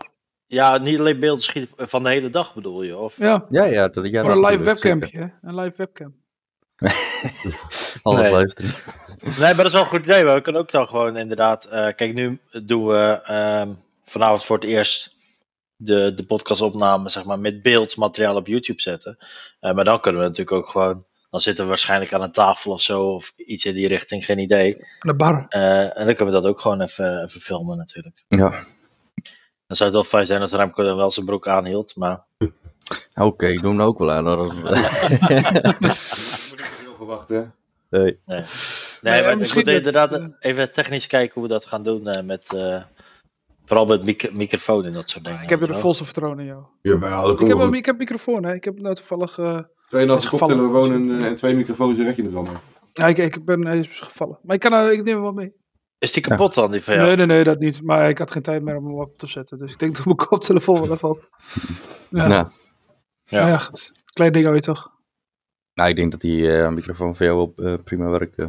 [SPEAKER 6] ja, niet alleen beelden schieten van de hele dag bedoel je? Of?
[SPEAKER 4] Ja,
[SPEAKER 7] Ja, ja. Dat, ja
[SPEAKER 4] voor een
[SPEAKER 7] dat
[SPEAKER 4] live
[SPEAKER 7] gebeurt,
[SPEAKER 4] webcampje. hè. Een live webcam.
[SPEAKER 7] zeker. Alles
[SPEAKER 6] Nee.
[SPEAKER 7] luisteren.
[SPEAKER 6] Nee, maar dat is wel een goed idee. Maar we kunnen ook dan gewoon inderdaad. eh, kijk, nu doen we ehm, vanavond voor het eerst de, de podcastopname, zeg maar, met beeldmateriaal op YouTube zetten. Eh, maar dan kunnen we natuurlijk ook gewoon. Dan zitten we waarschijnlijk aan een tafel of zo, of iets in die richting, geen idee.
[SPEAKER 4] Aan de bar.
[SPEAKER 6] Eh, en dan kunnen we dat ook gewoon even, even filmen, natuurlijk.
[SPEAKER 7] Ja.
[SPEAKER 6] Dan zou het wel fijn zijn als Remco dan wel zijn broek aanhield. Maar
[SPEAKER 7] Oké, ik doe hem nou ook wel aan. Dat is-
[SPEAKER 5] Dat moet ik nog heel verwacht, hè?
[SPEAKER 7] nee.
[SPEAKER 6] nee.
[SPEAKER 4] Nee,
[SPEAKER 6] Nee,
[SPEAKER 4] ja,
[SPEAKER 6] maar
[SPEAKER 4] misschien
[SPEAKER 6] ik moet
[SPEAKER 4] dat het,
[SPEAKER 6] inderdaad
[SPEAKER 4] eh,
[SPEAKER 6] even technisch kijken hoe we dat gaan doen. eh, met, eh, vooral met mic- microfoon en dat soort dingen.
[SPEAKER 4] Ik heb er een
[SPEAKER 6] Zo.
[SPEAKER 4] volste vertrouwen in jou.
[SPEAKER 5] Jawel, dat
[SPEAKER 4] Ik heb,
[SPEAKER 5] komt wel
[SPEAKER 4] wel-
[SPEAKER 5] goed.
[SPEAKER 4] ik heb microfoon, hè. Ik heb nou toevallig... eh,
[SPEAKER 5] Twee
[SPEAKER 4] Hij is
[SPEAKER 5] nachten
[SPEAKER 4] gevallen.
[SPEAKER 5] koptelefoon en, eh, en twee microfoons, dan red je het wel mee.
[SPEAKER 4] ja, ik, ik ben hij is gevallen. Maar ik, kan, eh, ik neem hem wel mee.
[SPEAKER 6] Is die kapot dan, die van jou?
[SPEAKER 4] Nee, nee, nee, dat niet. Maar ik had geen tijd meer om hem op te zetten. Dus ik denk, doe mijn koptelefoon wel even op. Ja,
[SPEAKER 7] Nou,
[SPEAKER 4] ja. ja goed. Klein ding alweer toch?
[SPEAKER 7] nou, ik denk dat die eh, microfoon van jou op prima werk eh,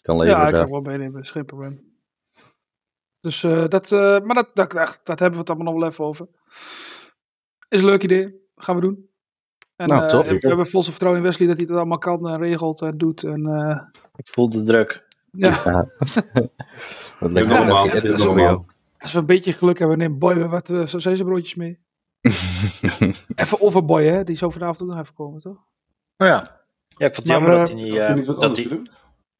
[SPEAKER 7] kan leveren.
[SPEAKER 4] Ja, ik kan
[SPEAKER 7] daar.
[SPEAKER 4] hem wel meenemen, is geen probleem. Dus eh, dat, eh, maar dat, dat, dat, dat hebben we het allemaal nog wel even over. Is een leuk idee, gaan we doen. En,
[SPEAKER 7] Nou,
[SPEAKER 4] eh,
[SPEAKER 7] top.
[SPEAKER 4] We hebben vol vertrouwen in Wesley dat hij dat allemaal kan en regelt en doet. En, eh,
[SPEAKER 6] Ik voel de druk.
[SPEAKER 4] ja,
[SPEAKER 7] Dat lijkt me
[SPEAKER 4] Ja,
[SPEAKER 7] wel
[SPEAKER 4] normaal. Ja,
[SPEAKER 7] een edit
[SPEAKER 4] dat is
[SPEAKER 7] voor
[SPEAKER 5] normaal.
[SPEAKER 7] jou.
[SPEAKER 4] als we een beetje geluk hebben, neem Boy weer wat uh, broodjes mee. even overboy, hè? Die zou vanavond ook nog even komen, toch?
[SPEAKER 6] Nou ja. Ja, ik vond het
[SPEAKER 4] Maar,
[SPEAKER 6] jammer
[SPEAKER 4] eh,
[SPEAKER 6] dat hij niet...
[SPEAKER 5] Kun je
[SPEAKER 6] eh,
[SPEAKER 5] niet wat
[SPEAKER 6] dat
[SPEAKER 5] anders
[SPEAKER 6] hij,
[SPEAKER 5] te doen?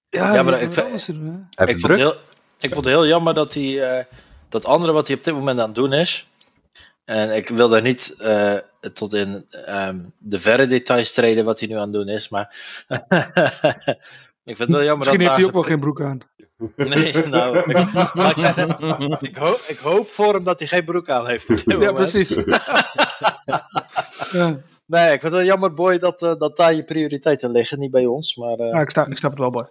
[SPEAKER 4] Ja, die
[SPEAKER 6] maar ik
[SPEAKER 4] gaan wat
[SPEAKER 6] vind-
[SPEAKER 4] anders te doen, hè?
[SPEAKER 7] Hij
[SPEAKER 6] ik,
[SPEAKER 7] heeft
[SPEAKER 6] vond het
[SPEAKER 7] druk.
[SPEAKER 6] heel, ik vond het heel jammer dat hij... eh, dat andere wat hij op dit moment aan het doen is... En ik wil daar niet eh, tot in ehm, de verre details treden wat hij nu aan het doen is, maar... ik vind het wel
[SPEAKER 4] Misschien
[SPEAKER 6] jammer dat
[SPEAKER 4] heeft
[SPEAKER 6] daar
[SPEAKER 4] hij ook wel
[SPEAKER 6] gepre-
[SPEAKER 4] geen broek aan.
[SPEAKER 6] Nee, nou... Ik, maar ik, zeg net, ik, hoop, ik hoop voor hem dat hij geen broek aan heeft op dit
[SPEAKER 4] Ja,
[SPEAKER 6] moment.
[SPEAKER 4] precies. ja,
[SPEAKER 6] Nee, ik vind het wel jammer, boy, dat, eh, dat daar je prioriteiten liggen. Niet bij ons, maar... eh,
[SPEAKER 4] Ja, ik, sta, ik snap het wel, Boy.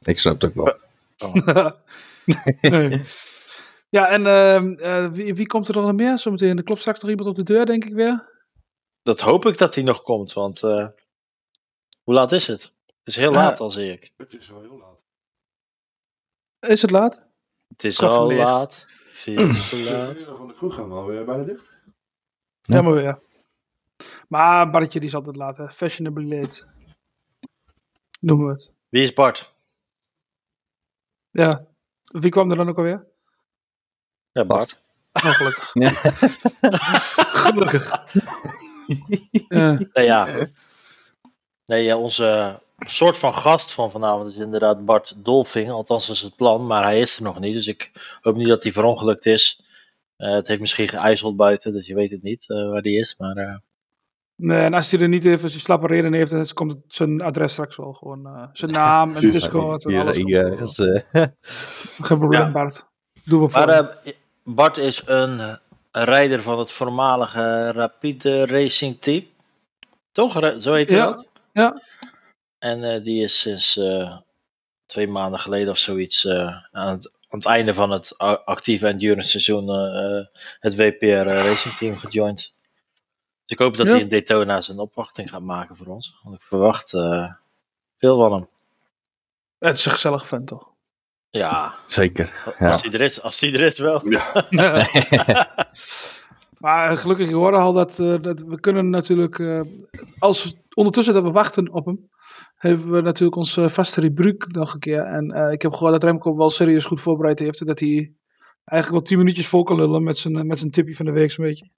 [SPEAKER 7] Ik snap het ook wel.
[SPEAKER 4] Nee. Ja, en ehm, eh, wie, wie komt er nog meer zometeen? Er klopt straks nog iemand op de deur, denk ik weer.
[SPEAKER 6] Dat hoop ik dat hij nog komt, want eh, hoe laat is het? Het is heel
[SPEAKER 4] Ja.
[SPEAKER 6] laat al, zie ik.
[SPEAKER 5] Het is wel heel laat.
[SPEAKER 4] Is het laat?
[SPEAKER 6] Het is
[SPEAKER 4] Kwart voor
[SPEAKER 6] al
[SPEAKER 4] negen.
[SPEAKER 6] laat. Veel te
[SPEAKER 5] De
[SPEAKER 6] laat.
[SPEAKER 5] deuren van de kroeg gaan alweer bijna dicht.
[SPEAKER 4] Ja, maar weer. ja. Maar Bartje die is altijd laat, hè. Fashionably late. Noemen we het.
[SPEAKER 6] Wie is Bart?
[SPEAKER 4] Ja. Wie kwam er dan ook alweer?
[SPEAKER 6] Ja, Bart.
[SPEAKER 7] Bart.
[SPEAKER 4] Oh, gelukkig. gelukkig. Ja.
[SPEAKER 6] Nee, ja. Nee, ja, onze soort van gast van vanavond is inderdaad Bart Dolving. Althans, dat is het plan, maar hij is er nog niet. Dus ik hoop niet dat hij verongelukt is. Eh, het heeft misschien geijzeld buiten, dus je weet het niet eh, waar die is. Maar eh,
[SPEAKER 4] Nee, en als hij er niet even zijn slappe reden heeft, dan komt het- zijn adres straks wel gewoon. eh, zijn naam en Discord en
[SPEAKER 7] Hier,
[SPEAKER 4] alles. komt
[SPEAKER 7] hier,
[SPEAKER 4] wel.
[SPEAKER 7] is, eh,
[SPEAKER 4] Geen probleem,
[SPEAKER 6] Ja.
[SPEAKER 4] Bart. Doen we voor.
[SPEAKER 6] Maar
[SPEAKER 4] hem.
[SPEAKER 6] eh, Bart is een eh, rijder van het voormalige Rapide Racing Team. Toch? Ra- Zo heet hij
[SPEAKER 4] Ja,
[SPEAKER 6] dat?
[SPEAKER 4] ja.
[SPEAKER 6] En eh, die is sinds eh, twee maanden geleden of zoiets eh, aan, het, aan het einde van het a- actieve endurance seizoen eh, eh, het WPR eh, Racing Team gejoind. Dus ik hoop dat
[SPEAKER 4] Ja.
[SPEAKER 6] hij in Daytona zijn opwachting gaat maken voor ons. Want ik verwacht eh, veel van hem.
[SPEAKER 4] het is een gezellig vent, toch?
[SPEAKER 6] Ja,
[SPEAKER 7] Zeker. Ja.
[SPEAKER 6] Als, hij er is, als hij er is wel.
[SPEAKER 4] Maar eh, gelukkig, ik hoorde al dat, eh, dat we kunnen natuurlijk, eh, als we- ondertussen dat we wachten op hem, hebben we natuurlijk onze vaste rubriek nog een keer. En eh, ik heb gehoord dat Remco wel serieus goed voorbereid heeft en dat hij eigenlijk wel tien minuutjes eh, vol kan lullen met zijn, met zijn tipje van de week zo'n beetje.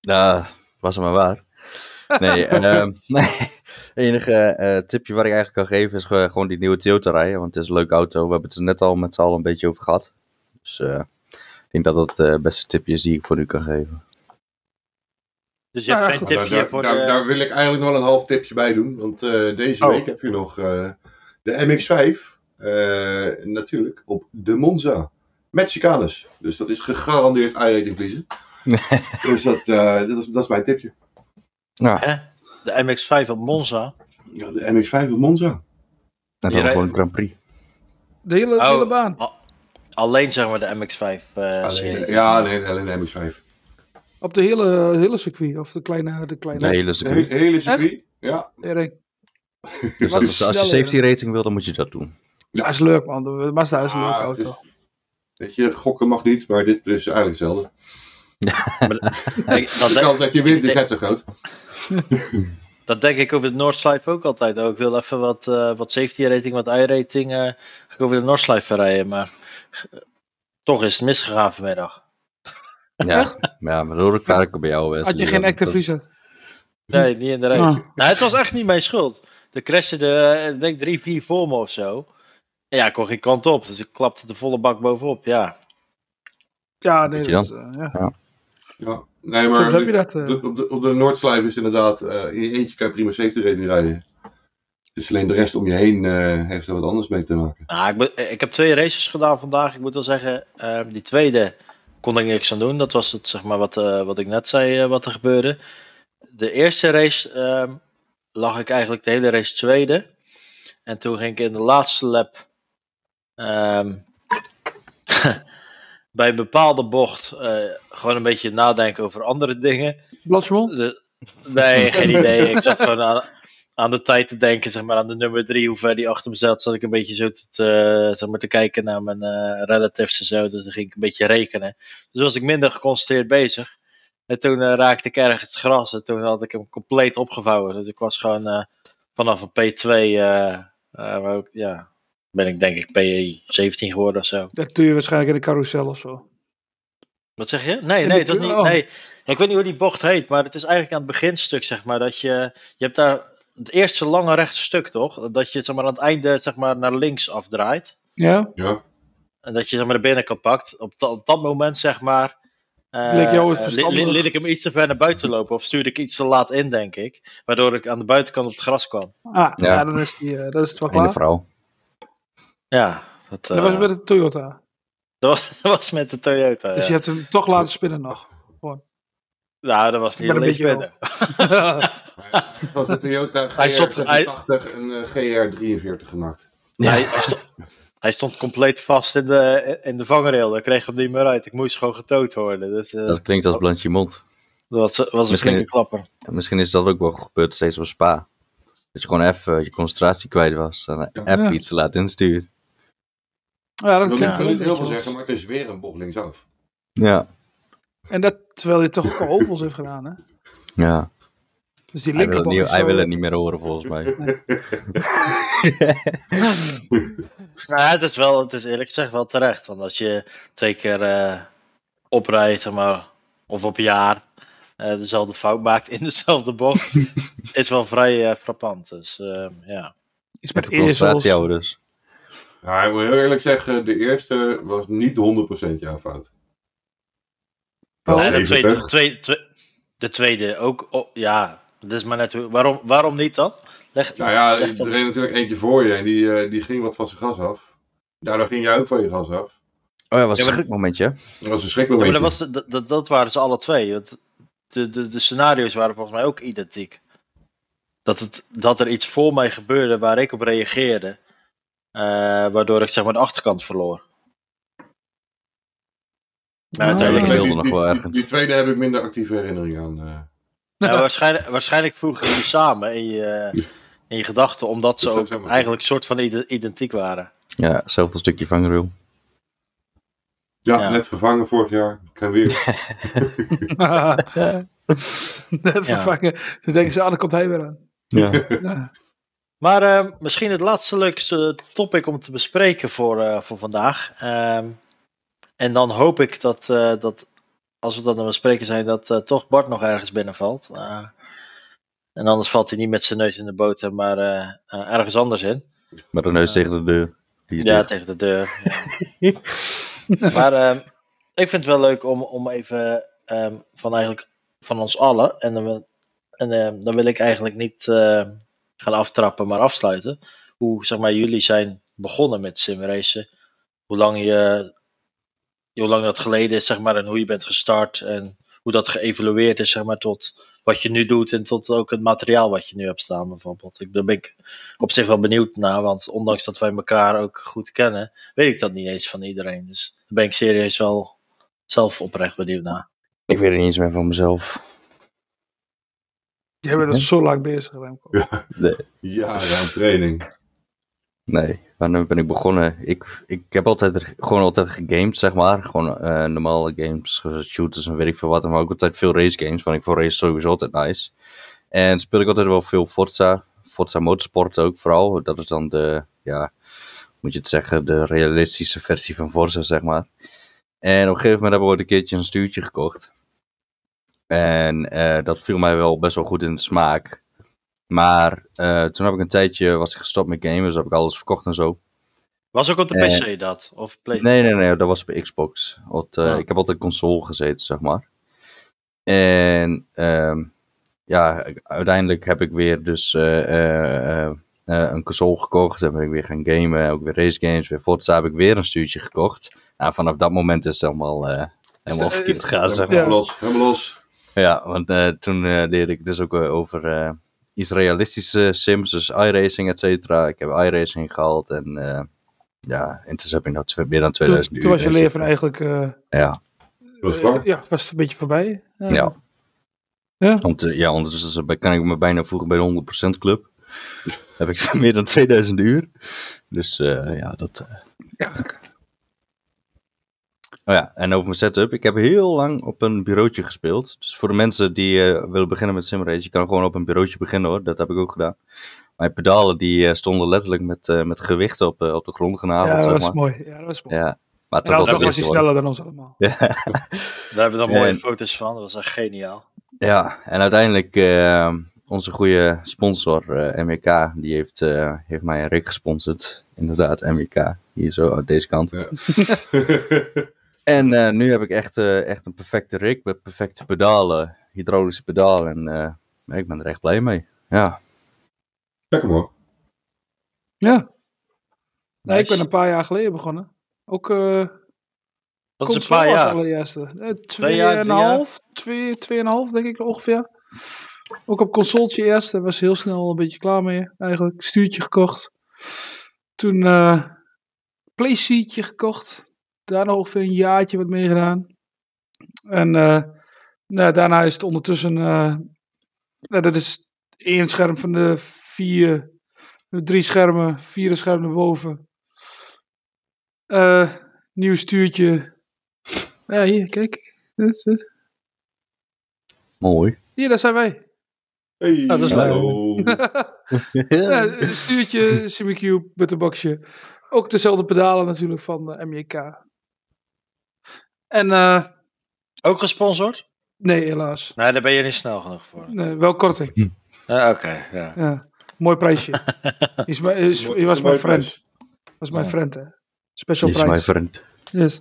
[SPEAKER 7] Nou, was het maar waar. Nee, ehm, nee. Het enige eh, tipje wat ik eigenlijk kan geven is ge- gewoon die nieuwe Toyota rijden. Want het is een leuke auto. We hebben het er net al met z'n allen een beetje over gehad. Dus eh, ik denk dat dat het eh, beste tipje is die ik voor u kan geven.
[SPEAKER 6] Dus je hebt
[SPEAKER 4] Ah,
[SPEAKER 6] geen
[SPEAKER 4] goed.
[SPEAKER 5] Daar,
[SPEAKER 6] tipje
[SPEAKER 5] Nou, daar,
[SPEAKER 6] voor
[SPEAKER 5] daar-
[SPEAKER 6] de...
[SPEAKER 5] daar wil ik eigenlijk nog wel een half tipje bij doen. Want eh, deze
[SPEAKER 6] Oh.
[SPEAKER 5] week heb je nog eh, de MX-5. eh, natuurlijk op de Monza. Met chicanes. Dus dat is gegarandeerd I-rating verliezen. dus dat, eh, dat, is, dat is mijn tipje.
[SPEAKER 7] Nou,
[SPEAKER 6] Hè? De MX-5 op Monza.
[SPEAKER 5] Ja, de MX-5 op Monza.
[SPEAKER 7] en
[SPEAKER 6] Die
[SPEAKER 7] dan
[SPEAKER 6] rij-
[SPEAKER 7] gewoon een Grand Prix.
[SPEAKER 4] De hele,
[SPEAKER 6] Oh.
[SPEAKER 4] hele baan.
[SPEAKER 6] Alleen zeg maar de MX-5 eh
[SPEAKER 5] Alleen,
[SPEAKER 6] serie.
[SPEAKER 5] ja, nee, alleen de MX-5.
[SPEAKER 4] Op de hele, hele circuit. Of de kleine... De
[SPEAKER 7] De
[SPEAKER 4] kleine
[SPEAKER 7] hele
[SPEAKER 5] De
[SPEAKER 7] circuit.
[SPEAKER 5] he- hele circuit. Ja.
[SPEAKER 4] R1.
[SPEAKER 7] Dus
[SPEAKER 4] Maar
[SPEAKER 7] dat
[SPEAKER 4] die
[SPEAKER 7] is- als je
[SPEAKER 4] snelle-
[SPEAKER 7] safety rating wil, dan moet je dat doen.
[SPEAKER 4] Ja, is leuk man. De Mazda is een leuke
[SPEAKER 5] Ah, het
[SPEAKER 4] auto.
[SPEAKER 5] is- Weet je, gokken mag niet, maar dit is eigenlijk hetzelfde.
[SPEAKER 6] Ik- Oh, dat,
[SPEAKER 5] De kans
[SPEAKER 6] denk,
[SPEAKER 5] dat je wint is net zo groot.
[SPEAKER 6] dat denk ik over de Northslife ook altijd. Oh, ik wil even wat, eh, wat safety rating, wat I-rating. eh, ga ik over de Northslife rijden. Maar eh, toch is het misgegaan vanmiddag.
[SPEAKER 7] Ja, ja maar dat hoor ik vaak bij jou.
[SPEAKER 4] Had je geen active reset?
[SPEAKER 6] Nee, niet in de rij.
[SPEAKER 4] Ah.
[SPEAKER 6] Nou, het was echt niet mijn schuld. Er crashte er, eh, ik denk drie, vier voor me of zo. En ja, ik kon geen kant op. Dus ik klapte de volle bak bovenop. Ja,
[SPEAKER 4] Ja, nee.
[SPEAKER 7] Weet je
[SPEAKER 4] Dat, is, eh, ja.
[SPEAKER 5] Ja. Nee, maar
[SPEAKER 4] Soms heb je dat. eh.
[SPEAKER 5] De- op de, op de Noordslijf is inderdaad, eh, in je eentje kan je prima safety rating rijden. Het is alleen de rest om je heen eh, heeft er wat anders mee te maken.
[SPEAKER 6] Nou, ik, moet- ik heb twee races gedaan vandaag. Ik moet wel zeggen, eh, die tweede kon ik niks aan doen. Dat was het, zeg maar, wat, eh, wat ik net zei, eh, wat er gebeurde. De eerste race ehm, lag ik eigenlijk de hele race tweede. En toen ging ik in de laatste lap ehm, bij een bepaalde bocht eh, gewoon een beetje nadenken over andere dingen.
[SPEAKER 4] Bladsmol?
[SPEAKER 6] De- nee, geen idee. Ik zat gewoon aan, aan de tijd te denken, zeg maar, aan de nummer drie, hoe ver die achter me zat. Zat ik een beetje zo te, te- zeg maar, te kijken naar mijn eh, relatives en zo. Dus dan ging ik een beetje rekenen. Dus was ik minder geconcentreerd bezig. En toen eh, raakte ik ergens het gras en toen had ik hem compleet opgevouwen. Dus ik was gewoon eh, vanaf een P2, eh, eh, maar ook, ja, ben ik denk ik P17 geworden of zo.
[SPEAKER 4] Dat doe je waarschijnlijk in de carousel of zo.
[SPEAKER 6] Wat zeg je? Nee,
[SPEAKER 4] In
[SPEAKER 6] nee,
[SPEAKER 4] de
[SPEAKER 6] het was
[SPEAKER 4] tunnel.
[SPEAKER 6] niet. Nee, ik weet niet hoe die bocht heet, maar het is eigenlijk aan het beginstuk, zeg maar, dat je. Je hebt daar het eerste lange rechte stuk, toch? Dat je zeg maar, aan het einde zeg maar, naar links afdraait.
[SPEAKER 4] Ja?
[SPEAKER 5] Ja.
[SPEAKER 6] En dat je zeg maar, de binnenkant pakt. Op, dat- op dat moment, zeg maar. eh,
[SPEAKER 4] Leek jou het
[SPEAKER 6] eh, li-
[SPEAKER 4] verstandig?
[SPEAKER 6] li- liet ik hem iets te ver naar buiten lopen, of stuurde ik iets te laat in, denk ik. Waardoor ik aan de buitenkant op het gras kwam.
[SPEAKER 4] Ah, ja.
[SPEAKER 7] Ja.
[SPEAKER 4] dan is, die, eh, dat is het wel
[SPEAKER 7] En de
[SPEAKER 4] klaar.
[SPEAKER 7] vrouw.
[SPEAKER 6] Ja, dat, eh,
[SPEAKER 4] Dat was met de Toyota.
[SPEAKER 6] dat was- dat was met de Toyota.
[SPEAKER 4] Dus
[SPEAKER 6] ja.
[SPEAKER 4] je hebt hem toch laten spinnen nog.
[SPEAKER 6] Nou, dat was niet
[SPEAKER 4] Maar een
[SPEAKER 6] alleen
[SPEAKER 4] beetje
[SPEAKER 6] binnen.
[SPEAKER 5] Het was de Toyota
[SPEAKER 6] Hij stopte-
[SPEAKER 5] GR86 en GR43 gemaakt.
[SPEAKER 7] Ja.
[SPEAKER 6] Hij, hij stond, hij stond compleet vast in de, in de vangrail. Ik kreeg hem niet meer uit. Ik moest gewoon getoond worden. Dus, eh,
[SPEAKER 7] Dat klinkt als blandje mond.
[SPEAKER 6] dat was, was een
[SPEAKER 7] Misschien-
[SPEAKER 6] flinke klapper.
[SPEAKER 7] En misschien is dat ook wel gebeurd steeds op Spa. Dat je gewoon even je concentratie kwijt was. En
[SPEAKER 5] Ja.
[SPEAKER 7] even
[SPEAKER 4] Ja.
[SPEAKER 7] iets te laat insturen.
[SPEAKER 4] Ja, dat
[SPEAKER 5] Ik wil
[SPEAKER 4] klinkt
[SPEAKER 5] niet- wil
[SPEAKER 4] wel
[SPEAKER 5] niet heel
[SPEAKER 4] een
[SPEAKER 5] veel
[SPEAKER 4] beetje
[SPEAKER 5] zeggen, maar het is weer een bocht linksaf.
[SPEAKER 7] Ja.
[SPEAKER 4] als- En dat terwijl je toch ook al ovals heeft gedaan, hè?
[SPEAKER 7] ja.
[SPEAKER 4] Dus die
[SPEAKER 7] Hij, wil het,
[SPEAKER 4] linkerbocht
[SPEAKER 7] niet,
[SPEAKER 4] is
[SPEAKER 7] hij
[SPEAKER 4] zo-
[SPEAKER 7] wil het niet meer horen volgens mij.
[SPEAKER 6] Nou, het is wel, het is eerlijk gezegd wel terecht. Want als je twee keer eh, oprijdt, zeg maar, of op een jaar eh, dezelfde fout maakt in dezelfde bocht, is wel vrij eh, frappant. Dus eh, ja.
[SPEAKER 4] Iets met
[SPEAKER 7] Even concentratie
[SPEAKER 4] eersels.
[SPEAKER 7] houden dus.
[SPEAKER 5] Nou, ik moet heel eerlijk zeggen, de eerste was niet 100% jouw fout.
[SPEAKER 4] Oh.
[SPEAKER 6] En de, tweede,
[SPEAKER 5] 70.
[SPEAKER 6] twee- twee- de tweede ook. op- ja, dat is maar net. hoe- Waarom, waarom niet dan? Leg,
[SPEAKER 5] Nou ja,
[SPEAKER 6] leg
[SPEAKER 5] er
[SPEAKER 6] dat
[SPEAKER 5] reed natuurlijk eentje voor je en die, eh, die ging wat van zijn gas af. Daardoor ging jij ook van je gas af.
[SPEAKER 7] Oh ja, was
[SPEAKER 6] Ja,
[SPEAKER 7] een
[SPEAKER 6] maar-
[SPEAKER 7] schrikmomentje. hè?
[SPEAKER 5] Dat was een
[SPEAKER 6] Ja, maar
[SPEAKER 5] schrikmomentje.
[SPEAKER 6] dat, was, de- dat, dat- dat waren ze alle twee. want De, de, de scenario's waren volgens mij ook identiek. Dat, het, dat er iets voor mij gebeurde waar ik op reageerde. eh, waardoor ik zeg maar de achterkant verloor. Maar
[SPEAKER 4] Ah.
[SPEAKER 5] Ja,
[SPEAKER 7] Ik
[SPEAKER 5] die-
[SPEAKER 6] uiteindelijk,
[SPEAKER 7] wilde
[SPEAKER 5] die-
[SPEAKER 7] nog
[SPEAKER 5] die-
[SPEAKER 7] wel
[SPEAKER 5] die-
[SPEAKER 7] ergens.
[SPEAKER 5] Die tweede heb ik minder actieve herinnering aan. eh.
[SPEAKER 6] Ja, waarschijnlijk, waarschijnlijk vroegen jullie samen in je, in je gedachten. Omdat ze
[SPEAKER 5] Dat zou
[SPEAKER 6] ook
[SPEAKER 5] zomaar kunnen.
[SPEAKER 6] eigenlijk soort van ide- identiek waren.
[SPEAKER 7] Ja, hetzelfde stukje vangrail.
[SPEAKER 5] Ja,
[SPEAKER 6] Ja.
[SPEAKER 5] net vervangen vorig jaar. Ik ga weer.
[SPEAKER 4] Net
[SPEAKER 6] Ja.
[SPEAKER 4] vervangen. Dan denken ze, ah, dan komt hij weer aan.
[SPEAKER 7] Ja.
[SPEAKER 4] Ja.
[SPEAKER 6] Maar eh, misschien het laatste leukste topic om te bespreken voor, eh, voor vandaag. Ehm, en dan hoop ik dat, eh, dat als we dat aan het bespreken zijn, dat eh, toch Bart nog ergens binnenvalt. Eh, En anders valt hij niet met zijn neus in de boter, maar eh, eh, ergens anders in.
[SPEAKER 7] Met een neus tegen de deur. Die is
[SPEAKER 6] Ja,
[SPEAKER 7] dicht.
[SPEAKER 6] tegen de deur. ja. maar ehm, ik vind het wel leuk om, om even ehm, van eigenlijk van ons allen. En dan, wil- en, ehm, dan wil ik eigenlijk niet ehm, gaan aftrappen, maar afsluiten. Hoe zeg maar, jullie zijn begonnen met simracen. Hoe lang, je, hoe lang dat geleden is, zeg maar, en hoe je bent gestart. En hoe dat geëvolueerd is, zeg maar, tot wat je nu doet. En tot ook het materiaal wat je nu hebt staan, bijvoorbeeld. Ik, daar ben ik op zich wel benieuwd naar, want ondanks dat wij elkaar ook goed kennen, weet ik dat niet eens van iedereen. Dus daar ben ik serieus wel zelf oprecht benieuwd naar.
[SPEAKER 7] Ik weet het niet eens meer van mezelf.
[SPEAKER 4] Jij bent al zo lang bezig, Remco.
[SPEAKER 5] Jaren aan training.
[SPEAKER 7] Nee, wanneer ben ik begonnen? Ik, ik heb altijd er- gewoon altijd gegamed, zeg maar. Gewoon eh, normale games, eh, shooters en weet ik veel wat. Maar ook altijd veel race games, want ik vond race sowieso altijd nice. En speel ik altijd wel veel Forza. Forza Motorsport ook vooral. Dat is dan de, ja, hoe moet je het zeggen, de realistische versie van Forza, zeg maar. En op een gegeven moment heb ik ooit een keertje een stuurtje gekocht. En eh, dat viel mij wel best wel goed in de smaak. Maar eh, toen heb ik een tijdje was ik gestopt met gamen, dus heb ik alles verkocht en zo.
[SPEAKER 6] Was ook op de
[SPEAKER 7] Eh,
[SPEAKER 6] PC dat? Of Play?
[SPEAKER 7] Nee, nee, nee, dat was op Xbox. Want, eh,
[SPEAKER 6] Ja.
[SPEAKER 7] Ik heb altijd console gezeten, zeg maar. En ehm, ja, ik- uiteindelijk heb ik weer dus eh, eh, eh, eh, een console gekocht. Dan ben ik weer gaan gamen, ook weer race games, weer Forza heb ik weer een stuurtje gekocht. Nou, vanaf dat moment is het helemaal, eh, helemaal
[SPEAKER 4] de-
[SPEAKER 7] verkeerd
[SPEAKER 4] is-
[SPEAKER 7] gegaan, zeg
[SPEAKER 5] Helemaal
[SPEAKER 4] Ja.
[SPEAKER 5] los, helemaal los.
[SPEAKER 7] ja, want eh, toen eh, leerde ik dus ook eh, over eh, iets realistische sims, dus iRacing, et cetera. Ik heb iRacing gehaald en eh, ja, intussen heb ik nou tw- meer
[SPEAKER 4] Toen,
[SPEAKER 7] dan 2000 uur.
[SPEAKER 4] toen was je
[SPEAKER 7] et
[SPEAKER 4] leven
[SPEAKER 7] cetera.
[SPEAKER 4] eigenlijk... eh,
[SPEAKER 7] Ja,
[SPEAKER 5] Was klaar?
[SPEAKER 4] ja, was het een beetje voorbij. Eh,
[SPEAKER 7] ja.
[SPEAKER 4] Ja.
[SPEAKER 7] Want, eh, ja, ondertussen be- kan ik me bijna voegen bij de 100% club. heb ik meer dan 2000 uur. Dus eh, ja, dat... eh.
[SPEAKER 4] ja.
[SPEAKER 7] Oh ja, en over mijn setup. Ik heb heel lang op een bureautje gespeeld. Dus voor de mensen die eh, willen beginnen met simrace, je kan gewoon op een bureautje beginnen hoor. Dat heb ik ook gedaan. Mijn pedalen die eh, stonden letterlijk met, eh, met gewichten op, eh, op de grond
[SPEAKER 4] Ja,
[SPEAKER 7] genageld,
[SPEAKER 4] dat
[SPEAKER 7] zeg
[SPEAKER 4] was
[SPEAKER 7] maar.
[SPEAKER 4] mooi. Ja, dat was mooi.
[SPEAKER 7] Ja, maar
[SPEAKER 4] en
[SPEAKER 7] toch
[SPEAKER 4] alsnog was hij
[SPEAKER 7] hoor.
[SPEAKER 4] sneller dan ons allemaal.
[SPEAKER 6] Daar hebben we dan mooie
[SPEAKER 7] eh,
[SPEAKER 6] foto's van, dat was echt geniaal.
[SPEAKER 7] Ja, en uiteindelijk eh, onze goede sponsor eh MEK, die heeft, eh, heeft mij en Rick gesponsord. Inderdaad, MEK. Hier zo, aan deze kant. En eh, nu heb ik echt, eh, echt een perfecte rig met perfecte pedalen, hydraulische pedalen. En eh, ik ben er echt blij mee. Ja,
[SPEAKER 5] Lekker hoor.
[SPEAKER 4] Ja. Nee, ik
[SPEAKER 6] Nice.
[SPEAKER 4] ben een paar jaar geleden begonnen. Ook eh
[SPEAKER 6] Dat is een
[SPEAKER 4] console
[SPEAKER 6] paar
[SPEAKER 4] als
[SPEAKER 6] jaar.
[SPEAKER 4] allereerste. Eh,
[SPEAKER 6] jaar, drie
[SPEAKER 4] Tweeënhalf, twee, tweeënhalf denk ik ongeveer. Ook op consoltje eerst. Daar was heel snel een beetje klaar mee eigenlijk. Stuurtje gekocht. Toen eh playseatje gekocht. Daarna ongeveer een jaartje wat meegedaan. En eh, nou, daarna is het ondertussen... eh, nou, dat is één scherm van de vier... Drie schermen, vierde scherm erboven. Eh nieuw stuurtje. Ja, hier, kijk. Dit, dit.
[SPEAKER 7] mooi.
[SPEAKER 4] Hier, daar zijn wij.
[SPEAKER 5] Hey,
[SPEAKER 6] dat is leuk.
[SPEAKER 5] hallo.
[SPEAKER 4] Ja, een stuurtje, Simicube, butterboxje. Ook dezelfde pedalen natuurlijk van eh, de MJK. En eh,
[SPEAKER 6] Ook gesponsord?
[SPEAKER 4] nee, helaas.
[SPEAKER 6] Nee, daar ben je niet snel genoeg voor.
[SPEAKER 4] Nee, wel korting.
[SPEAKER 6] Ah, Oké, ja.
[SPEAKER 4] Ja. Mooi prijsje. Is mijn- is,
[SPEAKER 5] Mooi-
[SPEAKER 4] je was
[SPEAKER 5] mooi
[SPEAKER 4] mijn friend.
[SPEAKER 5] prijs.
[SPEAKER 4] Was mijn
[SPEAKER 7] Ja.
[SPEAKER 4] friend, hè. Special
[SPEAKER 7] Die is mijn
[SPEAKER 4] prijs.
[SPEAKER 7] vriend.
[SPEAKER 4] Yes.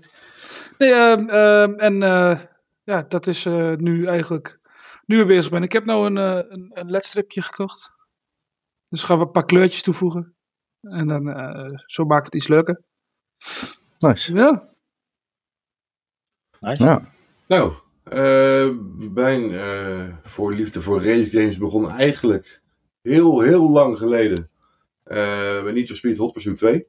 [SPEAKER 4] Nee, ehm, ehm, en eh, ja, dat is eh, nu eigenlijk nu weer bezig ben. Ik heb nou een, eh, een, een ledstripje gekocht. Dus gaan we een paar kleurtjes toevoegen. En dan eh, zo maken we het iets leuker.
[SPEAKER 7] Nice.
[SPEAKER 4] Ja,
[SPEAKER 6] Nice.
[SPEAKER 7] Ja.
[SPEAKER 5] Nou, eh mijn eh voorliefde voor race games begon eigenlijk heel, heel lang geleden. Eh bij Need for Speed Hot Pursuit 2.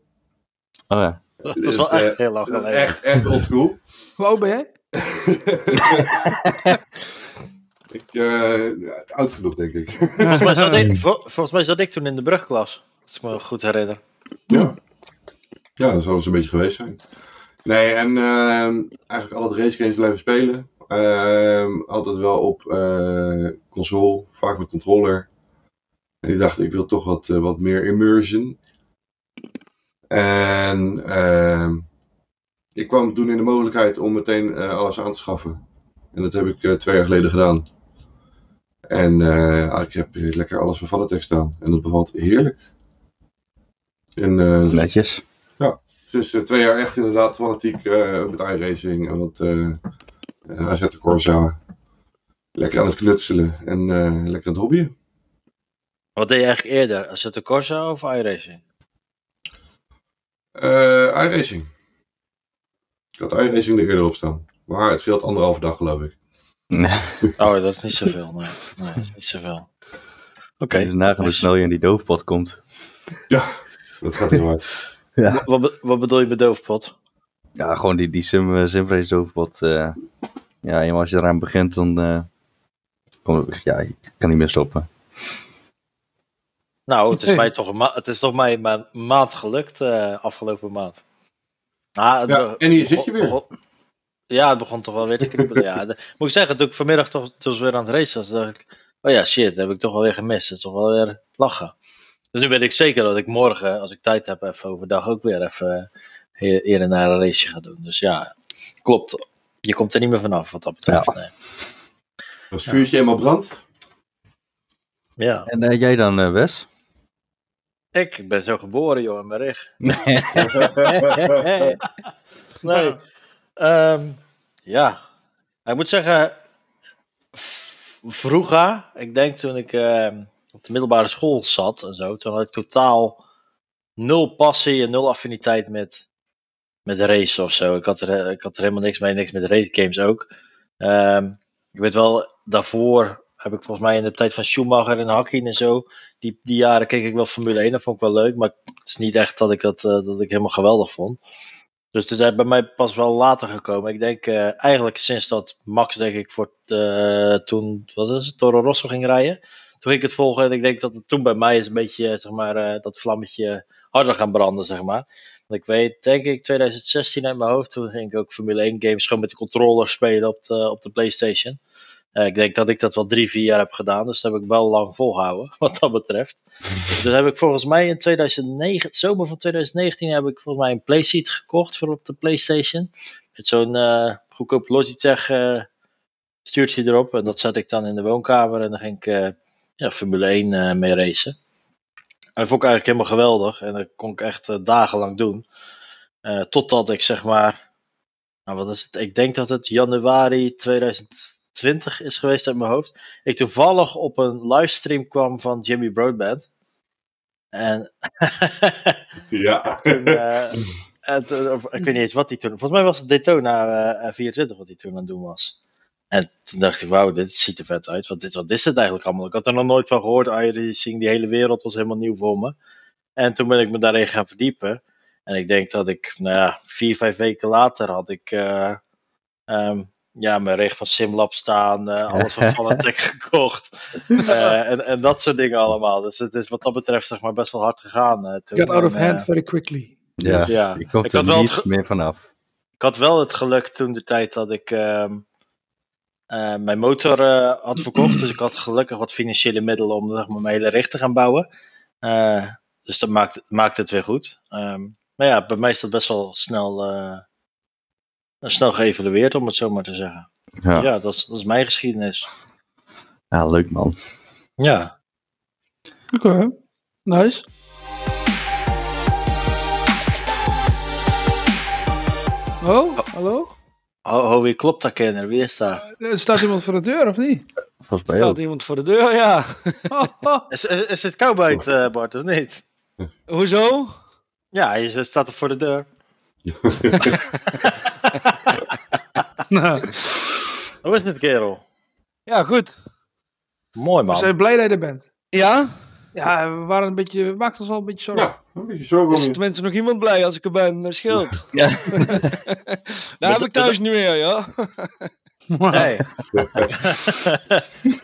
[SPEAKER 7] Oh ja.
[SPEAKER 6] Dat is wel
[SPEAKER 5] Eh,
[SPEAKER 6] echt heel lang
[SPEAKER 5] Dat is
[SPEAKER 6] geleden.
[SPEAKER 5] echt, echt oldschool.
[SPEAKER 4] hoe oud ben jij?
[SPEAKER 5] Ik, eh, ja, oud genoeg, denk ik.
[SPEAKER 6] Volgens mij, zat ik, vol- volgens mij zat ik toen in de brugklas. Als ik me goed herinner.
[SPEAKER 5] Ja. Ja, dat zou ze een beetje geweest zijn. Nee, en ehm, eigenlijk altijd race games blijven spelen. Ehm, altijd wel op eh, console, vaak met controller. En ik dacht, ik wil toch wat, eh, wat meer immersion. En ehm, ik kwam toen in de mogelijkheid om meteen eh, alles aan te schaffen. En dat heb ik eh, twee jaar geleden gedaan. En eh, ik heb hier lekker alles van Valentech staan. En dat bevalt heerlijk. En eh,
[SPEAKER 7] Netjes.
[SPEAKER 5] dus eh, twee jaar echt inderdaad fanatiek eh, met iRacing en wat eh eh, AZ de Corsa. Lekker aan het knutselen en eh, lekker aan het hobbyen.
[SPEAKER 6] Wat deed je eigenlijk eerder? Assetto Corsa of iRacing?
[SPEAKER 5] Eh iRacing. Ik had iRacing er eerder op staan. Maar het scheelt anderhalve dag geloof ik.
[SPEAKER 6] Oh, dat is niet zoveel. Nee, nee dat is niet zoveel. Oké.
[SPEAKER 7] Dus nagaan hoe
[SPEAKER 6] nice.
[SPEAKER 7] snel je in die doofpot komt.
[SPEAKER 5] Dat gaat heel hard.
[SPEAKER 7] Ja,
[SPEAKER 6] Wat, be- wat bedoel je met doofpot?
[SPEAKER 7] ja gewoon die, die sim, eh, simrace doofpot. eh, ja, eenmaal als je eraan begint, dan eh, kom, ja, je kan niet meer stoppen.
[SPEAKER 6] Nou, het is,
[SPEAKER 4] Hey.
[SPEAKER 6] mij toch een ma- het is toch mij ma maand gelukt eh, afgelopen maand. Ah, het
[SPEAKER 5] Ja,
[SPEAKER 6] be-
[SPEAKER 5] en hier zit je weer.
[SPEAKER 6] begon- ja, het begon toch wel weer te kriebelen. ja. De- Moet ik zeggen, toen ik vanmiddag toch toen we weer aan het racen was, dacht ik... Oh ja, shit, dat heb ik toch wel weer gemist. Dat is toch wel weer lachen. Dus nu weet ik zeker dat ik morgen, als ik tijd heb, even overdag ook weer even eh, hier hier en daar een race ga doen. Dus ja, klopt. Je komt er niet meer vanaf wat dat betreft.
[SPEAKER 7] Ja.
[SPEAKER 6] nee.
[SPEAKER 5] Als het vuurtje eenmaal brandt.
[SPEAKER 6] ja.
[SPEAKER 7] En eh, jij dan, eh, Wes?
[SPEAKER 6] Ik ben zo geboren, joh, in mijn rug.
[SPEAKER 7] ja,
[SPEAKER 6] Nee. Ehm, ja. Ik moet zeggen, v- vroeger, ik denk toen ik ehm, op de middelbare school zat en zo, toen had ik totaal nul passie en nul affiniteit met, met racen of zo. Ik had, er, ik had er helemaal niks mee, niks met race games ook. Ehm, ik weet wel, daarvoor heb ik volgens mij in de tijd van Schumacher en Hakkinen en zo, die, die jaren keek ik wel Formule 1, dat vond ik wel leuk, maar het is niet echt dat ik dat, eh, dat ik helemaal geweldig vond. Dus het is bij mij pas wel later gekomen. Ik denk eh, eigenlijk sinds dat Max, denk ik, voor eh, toen, wat is het, Toro Rosso ging rijden. Toen ging ik het volgen en ik denk dat het toen bij mij is een beetje, eh, zeg maar, eh, dat vlammetje harder gaan branden, zeg maar. Want ik weet, denk ik, 2016 uit mijn hoofd, toen ging ik ook Formule 1 games gewoon met de controller spelen op de, op de Playstation. Eh, ik denk dat ik dat wel drie, vier jaar heb gedaan, dus dat heb ik wel lang volgehouden, wat dat betreft. Dus heb ik volgens mij in 2009, het zomer van 2019, heb ik volgens mij een playseat gekocht voor op de PlayStation. Met zo'n eh, goedkoop Logitech eh, stuurtje erop. En dat zet ik dan in de woonkamer en dan ging ik eh, ja, Formule 1 eh, mee racen. En dat vond ik eigenlijk helemaal geweldig. En dat kon ik echt eh, dagenlang doen. Eh, totdat ik zeg maar, nou wat is het? Ik denk dat het januari 2020 is geweest uit mijn hoofd. Ik toevallig op een livestream kwam van Jimmy Broadband. En,
[SPEAKER 5] Ja.
[SPEAKER 6] toen, eh, en toen- of, ik weet niet eens wat hij toen. Volgens mij was het Daytona eh, 24 wat hij toen aan het doen was. En toen dacht ik, wauw, dit ziet er vet uit. Wat, dit, wat is dit eigenlijk allemaal? Ik had er nog nooit van gehoord. iRacing, die hele wereld was helemaal nieuw voor me. En toen ben ik me daarin gaan verdiepen. En ik denk dat ik, nou ja, vier, vijf weken later had ik eh, ehm, ja, mijn reg van Simlab staan. eh, alles van Fanatec gekocht. Eh, en, en dat soort dingen allemaal. Dus het is wat dat betreft zeg maar best wel hard gegaan. eh, toen.
[SPEAKER 4] Get out of
[SPEAKER 6] En, eh,
[SPEAKER 4] hand very quickly.
[SPEAKER 6] Ja.
[SPEAKER 7] je
[SPEAKER 6] Ik had
[SPEAKER 7] komt er
[SPEAKER 6] wel het
[SPEAKER 7] niet
[SPEAKER 6] ge-
[SPEAKER 7] meer vanaf.
[SPEAKER 6] ik had wel het geluk toen de tijd dat ik ehm, eh, mijn motor eh, had verkocht. Dus ik had gelukkig wat financiële middelen om zeg maar, mijn hele rig te gaan bouwen. Eh, dus dat maakt, maakt het weer goed. Ehm, maar ja, bij mij is dat best wel snel, eh, snel geëvalueerd, om het zo maar te zeggen.
[SPEAKER 7] Ja.
[SPEAKER 6] Ja, dat, is, dat is mijn geschiedenis.
[SPEAKER 7] Ja, leuk man.
[SPEAKER 6] Ja.
[SPEAKER 4] Oké, nice. Oh, hallo?
[SPEAKER 6] Ho, ho, wie klopt daar, kenner? Wie is daar?
[SPEAKER 4] Er staat iemand voor de deur, of niet?
[SPEAKER 7] Volgens mij
[SPEAKER 8] Staat
[SPEAKER 7] ook.
[SPEAKER 8] iemand voor de deur, ja.
[SPEAKER 4] Oh, oh.
[SPEAKER 6] Is, is, is het kou buiten, eh, Bart, of niet?
[SPEAKER 8] Hoezo?
[SPEAKER 6] Ja, hij is- eh, staat er voor de deur.
[SPEAKER 4] Nou,
[SPEAKER 6] Hoe is het, kerel?
[SPEAKER 8] Ja, goed.
[SPEAKER 6] Mooi,
[SPEAKER 4] we
[SPEAKER 6] man.
[SPEAKER 4] zijn blij dat je er bent.
[SPEAKER 8] Ja?
[SPEAKER 4] Ja, we waren een beetje, we maakten ons al een beetje zorgen.
[SPEAKER 5] ja, een beetje zo kom
[SPEAKER 8] Is
[SPEAKER 5] je.
[SPEAKER 8] tenminste nog iemand blij als ik er ben? Dat scheelt.
[SPEAKER 7] Ja.
[SPEAKER 8] Daar heb ik thuis niet meer, ja.
[SPEAKER 7] Hey.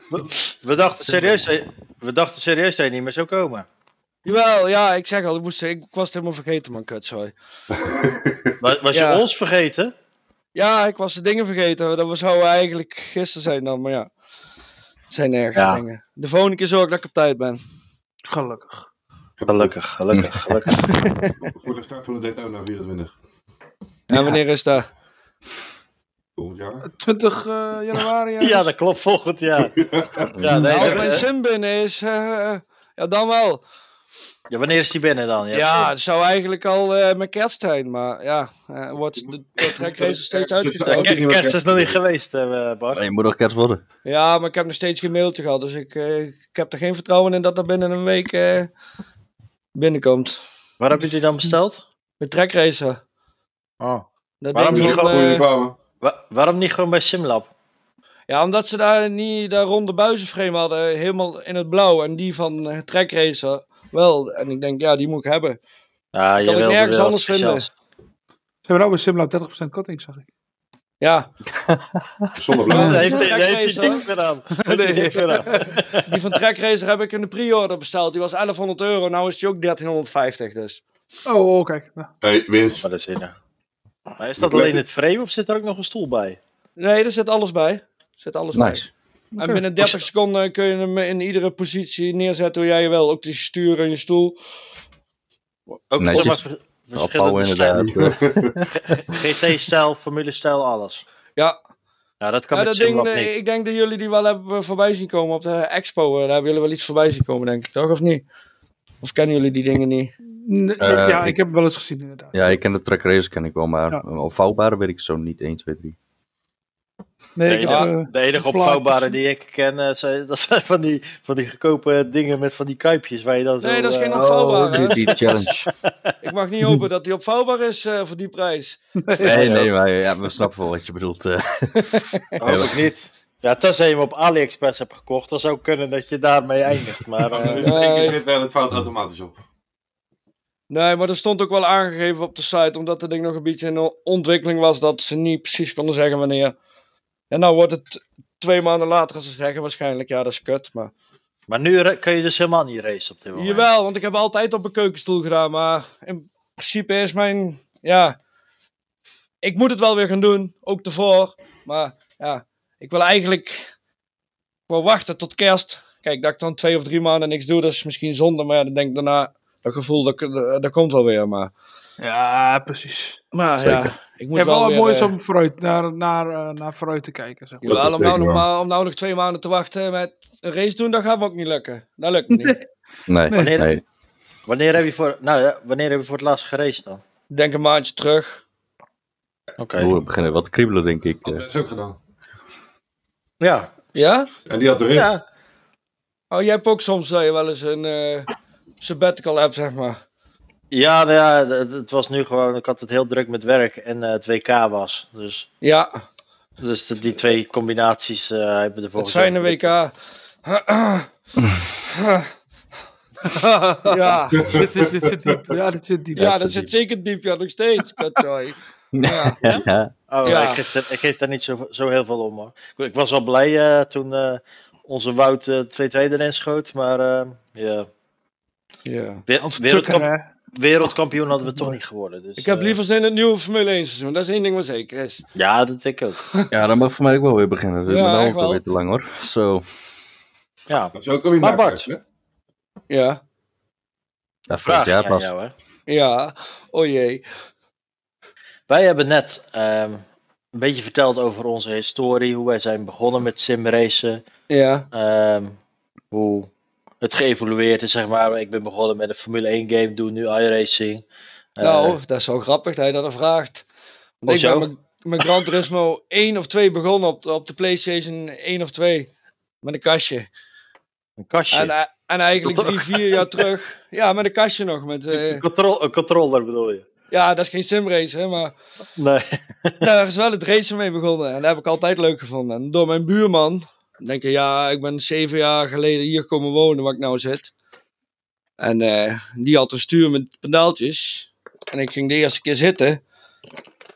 [SPEAKER 6] We- We dachten serieus, dat- we dachten serieus dat je niet meer zou komen.
[SPEAKER 8] Jawel, ja, ik zeg al, ik, moest, ik was het helemaal vergeten, man, kutzooi.
[SPEAKER 6] Was, was
[SPEAKER 8] Ja.
[SPEAKER 6] je ons vergeten?
[SPEAKER 8] Ja, ik was de dingen vergeten. Dat zou eigenlijk gisteren zijn dan, maar ja. Het zijn erger
[SPEAKER 6] Ja.
[SPEAKER 8] dingen. De volgende keer zorg dat ik op tijd ben.
[SPEAKER 4] Gelukkig.
[SPEAKER 6] Gelukkig, gelukkig, gelukkig.
[SPEAKER 5] Voor de start van de Daytona 24.
[SPEAKER 8] En wanneer is dat?
[SPEAKER 5] Volgend jaar.
[SPEAKER 4] 20 eh, januari. dus
[SPEAKER 6] Ja, dat klopt, volgend jaar. Ja, nee,
[SPEAKER 8] Nou, als
[SPEAKER 6] dat-
[SPEAKER 8] mijn sim binnen is, eh, ja, dan wel.
[SPEAKER 6] ja, wanneer is die binnen dan?
[SPEAKER 8] Ja, het zou eigenlijk al eh mijn kerst zijn, maar ja, eh, wordt de, de trekrace steeds
[SPEAKER 6] Ja,
[SPEAKER 8] uitgesteld.
[SPEAKER 6] Kerst kerst is nog niet geweest, eh, Bart.
[SPEAKER 7] Je moet nog kerst worden.
[SPEAKER 8] Ja, maar ik heb nog steeds geen mailtje gehad, dus ik, eh, ik heb er geen vertrouwen in dat dat binnen een week eh, binnenkomt.
[SPEAKER 6] Waar hebben jullie dan besteld?
[SPEAKER 8] Mijn trekracer.
[SPEAKER 6] Oh.
[SPEAKER 8] Dat
[SPEAKER 6] Waarom
[SPEAKER 8] ding
[SPEAKER 6] niet
[SPEAKER 8] van,
[SPEAKER 6] gewoon
[SPEAKER 8] eh,
[SPEAKER 5] Jullie kwamen.
[SPEAKER 6] Wa- waarom niet gewoon bij Simlab?
[SPEAKER 8] Ja, omdat ze daar niet dat ronde buizenframe hadden, helemaal in het blauw. En die van eh, trekracer wel. En ik denk, ja, die moet ik hebben.
[SPEAKER 6] Ja, je
[SPEAKER 8] ik
[SPEAKER 6] wilde
[SPEAKER 8] nergens
[SPEAKER 6] weer wat
[SPEAKER 8] anders vinden.
[SPEAKER 6] speciaals.
[SPEAKER 4] Ze hebben nou bij Simlab 30% korting, zag ik.
[SPEAKER 8] Ja,
[SPEAKER 5] Zonder
[SPEAKER 6] Daar
[SPEAKER 5] blauw.
[SPEAKER 8] Ja.
[SPEAKER 6] heeft, daar heeft hij
[SPEAKER 8] Trekwijzer.
[SPEAKER 6] niks meer aan. Daar heeft hij niks meer aan.
[SPEAKER 8] die van trekracer heb ik in de pre-order besteld. Die was 1100 euro, nou is die ook 1350 dus.
[SPEAKER 4] Oh, oh, kijk. Nou,
[SPEAKER 5] Nee, winst.
[SPEAKER 6] Maar dat is inner. Maar is dat alleen het frame of zit er ook nog een stoel bij?
[SPEAKER 8] Nee, er zit alles bij. Er zit alles
[SPEAKER 7] Nice.
[SPEAKER 8] bij. En binnen 30 seconden kun je hem in iedere positie neerzetten hoe jij je wil. Ook de stuur en je stoel.
[SPEAKER 6] Ook
[SPEAKER 7] Netjes.
[SPEAKER 6] zeg maar ver-
[SPEAKER 7] Opbouwen
[SPEAKER 6] verschillende
[SPEAKER 7] inderdaad.
[SPEAKER 6] stijlen. GT-stijl, formule-stijl, alles.
[SPEAKER 8] Ja,
[SPEAKER 6] Ja, dat kan
[SPEAKER 8] ja,
[SPEAKER 6] met
[SPEAKER 8] dat ding,
[SPEAKER 6] Simlab
[SPEAKER 8] eh,
[SPEAKER 6] niet.
[SPEAKER 8] ik denk dat jullie die wel hebben voorbij zien komen op de expo. eh, Daar hebben jullie wel iets voorbij zien komen, denk ik, toch? Of niet? Of kennen jullie die dingen niet?
[SPEAKER 4] n-
[SPEAKER 7] Eh,
[SPEAKER 4] ja,
[SPEAKER 7] ik-
[SPEAKER 4] ik heb hem wel eens gezien, inderdaad.
[SPEAKER 7] Ja, ik ken de track race ken ik wel, maar
[SPEAKER 4] Ja.
[SPEAKER 7] een opvouwbare weet ik zo niet 1, 2, 3.
[SPEAKER 4] Nee,
[SPEAKER 6] De
[SPEAKER 4] ik heb, eh,
[SPEAKER 6] enige, de enige
[SPEAKER 4] plaatjes.
[SPEAKER 6] opvouwbare die ik ken, eh, zijn, dat zijn van die, van die goedkope dingen met van die kuipjes waar je dan zo...
[SPEAKER 8] Nee, dat is geen
[SPEAKER 6] eh,
[SPEAKER 8] opvouwbaar. hè?
[SPEAKER 7] oh, die, die challenge.
[SPEAKER 8] Ik mag niet hopen dat die opvouwbaar is eh, voor die prijs.
[SPEAKER 7] Nee, nee, maar ja, we snappen wel wat je bedoelt. eh.
[SPEAKER 6] hoop ik niet. Ja, tenzij je hem op AliExpress hebt gekocht, dan zou kunnen dat je daarmee eindigt. Maar eh,
[SPEAKER 8] Ja.
[SPEAKER 5] Ik zet wel het fout automatisch op.
[SPEAKER 8] Nee, maar er stond ook wel aangegeven op de site, omdat het ding nog een beetje in o- ontwikkeling was, dat ze niet precies konden zeggen wanneer. En nou wordt het twee maanden later als ze zeggen waarschijnlijk, ja dat is kut, maar...
[SPEAKER 6] maar nu ra- kun je dus helemaal niet racen op dit moment.
[SPEAKER 8] Jawel, want ik heb altijd op een keukenstoel gedaan, maar in principe is mijn, ja... Ik moet het wel weer gaan doen, ook tevoren, maar ja, ik wil eigenlijk wel wachten tot kerst. Kijk, dat ik dan twee of drie maanden niks doe, dat is misschien zonde, maar ja, dan denk ik daarna, dat gevoel, dat, dat komt wel weer, maar...
[SPEAKER 4] Ja, precies.
[SPEAKER 8] Maar
[SPEAKER 7] Zeker.
[SPEAKER 8] ja, ik
[SPEAKER 4] Ik
[SPEAKER 8] moet
[SPEAKER 4] eh, heb
[SPEAKER 8] wel,
[SPEAKER 4] wel
[SPEAKER 8] weer,
[SPEAKER 4] mooi is
[SPEAKER 8] eh,
[SPEAKER 4] om vooruit, naar, naar, eh, naar vooruit te kijken. Zeg maar.
[SPEAKER 8] jawel,
[SPEAKER 5] Dat
[SPEAKER 8] om,
[SPEAKER 5] is
[SPEAKER 8] nou nog
[SPEAKER 5] zeker waar.
[SPEAKER 8] maar, om nou nog twee maanden te wachten met een race doen, dat gaat me ook niet lukken. Dat lukt me niet.
[SPEAKER 7] Nee,
[SPEAKER 6] Wanneer-
[SPEAKER 7] nee.
[SPEAKER 6] Wanneer heb je voor, nou, ja, wanneer heb je voor het laatst geraced dan?
[SPEAKER 8] Ik Denk een maandje terug.
[SPEAKER 6] Oké.
[SPEAKER 7] Oeh, we beginnen wat te kriebelen, denk ik.
[SPEAKER 5] Dat
[SPEAKER 7] eh.
[SPEAKER 5] hebben ze ook gedaan.
[SPEAKER 6] Ja.
[SPEAKER 8] Ja?
[SPEAKER 5] En die had erin.
[SPEAKER 6] ja.
[SPEAKER 8] Oh, jij hebt ook soms dat je wel eens een eh, sabbatical hebt, zeg maar.
[SPEAKER 6] Ja, nou ja, het, het was nu gewoon, ik had het heel druk met werk en eh, het WK was. Dus,
[SPEAKER 8] Ja,
[SPEAKER 6] dus de- die twee combinaties eh, hebben ervoor
[SPEAKER 8] het fijne
[SPEAKER 6] gezorgd.
[SPEAKER 8] WK. ja,
[SPEAKER 4] dit, is, dit zit diep. Ja, dit zit diep.
[SPEAKER 8] ja,
[SPEAKER 7] zo
[SPEAKER 8] dat zit zeker diep, ja, nog steeds. Kutzooi. Ja.
[SPEAKER 7] Ja.
[SPEAKER 6] Oh,
[SPEAKER 8] Ja.
[SPEAKER 6] ik, geef daar, ik geef daar niet zo, zo heel veel om hoor. Ik, ik was wel blij eh, toen eh, onze Wout eh, 2-2 erin schoot, maar eh, ja.
[SPEAKER 8] ja.
[SPEAKER 6] We-
[SPEAKER 4] Als
[SPEAKER 6] wereldkamp-
[SPEAKER 4] tukker, hè.
[SPEAKER 6] wereldkampioen hadden we toch niet geworden. Dus,
[SPEAKER 8] Ik heb
[SPEAKER 6] eh,
[SPEAKER 8] liever zin in het nieuwe Formule 1 seizoen, dat is één ding wat zeker is.
[SPEAKER 6] ja, dat denk ik ook.
[SPEAKER 7] ja, dan mag voor mij ook wel weer beginnen. Dat
[SPEAKER 8] Ja,
[SPEAKER 7] ja,
[SPEAKER 8] echt
[SPEAKER 7] nou ook
[SPEAKER 8] wel.
[SPEAKER 7] alweer te lang hoor. Zo,
[SPEAKER 6] Ja,
[SPEAKER 5] Dat is ook alweer
[SPEAKER 6] Maar
[SPEAKER 5] naar
[SPEAKER 6] Bart.
[SPEAKER 5] kijken,
[SPEAKER 8] Ja.
[SPEAKER 7] dat
[SPEAKER 6] vraag
[SPEAKER 7] Nou, volgend jaar
[SPEAKER 6] ik aan
[SPEAKER 7] pas.
[SPEAKER 6] jou hè.
[SPEAKER 8] Ja, oh jee.
[SPEAKER 6] Wij hebben net ehm, een beetje verteld over onze historie, hoe wij zijn begonnen met simracen,
[SPEAKER 8] Ja,
[SPEAKER 6] ehm, hoe het geëvolueerd is, zeg maar. Ik ben begonnen met een Formule 1 game, doe nu iRacing. Eh,
[SPEAKER 8] nou, dat is wel grappig dat je dat dan vraagt. Want ik
[SPEAKER 6] Hoezo?
[SPEAKER 8] ben met- met Gran Turismo 1 of 2 begonnen op, op de PlayStation 1 of 2. Met een kastje.
[SPEAKER 6] een kastje.
[SPEAKER 8] En, eh, en eigenlijk
[SPEAKER 6] Dat
[SPEAKER 8] drie, vier jaar terug. Ja, met een kastje nog. Met, eh,
[SPEAKER 6] Een, control, een controller bedoel je?
[SPEAKER 8] ja, dat is geen simrace, hè, maar
[SPEAKER 6] Nee.
[SPEAKER 8] daar is wel het racen mee begonnen. En dat heb ik altijd leuk gevonden. En door mijn buurman. Denk ik, ja, ik ben zeven jaar geleden hier komen wonen waar ik nou zit. En eh, die had een stuur met pedaaltjes. En ik ging de eerste keer zitten.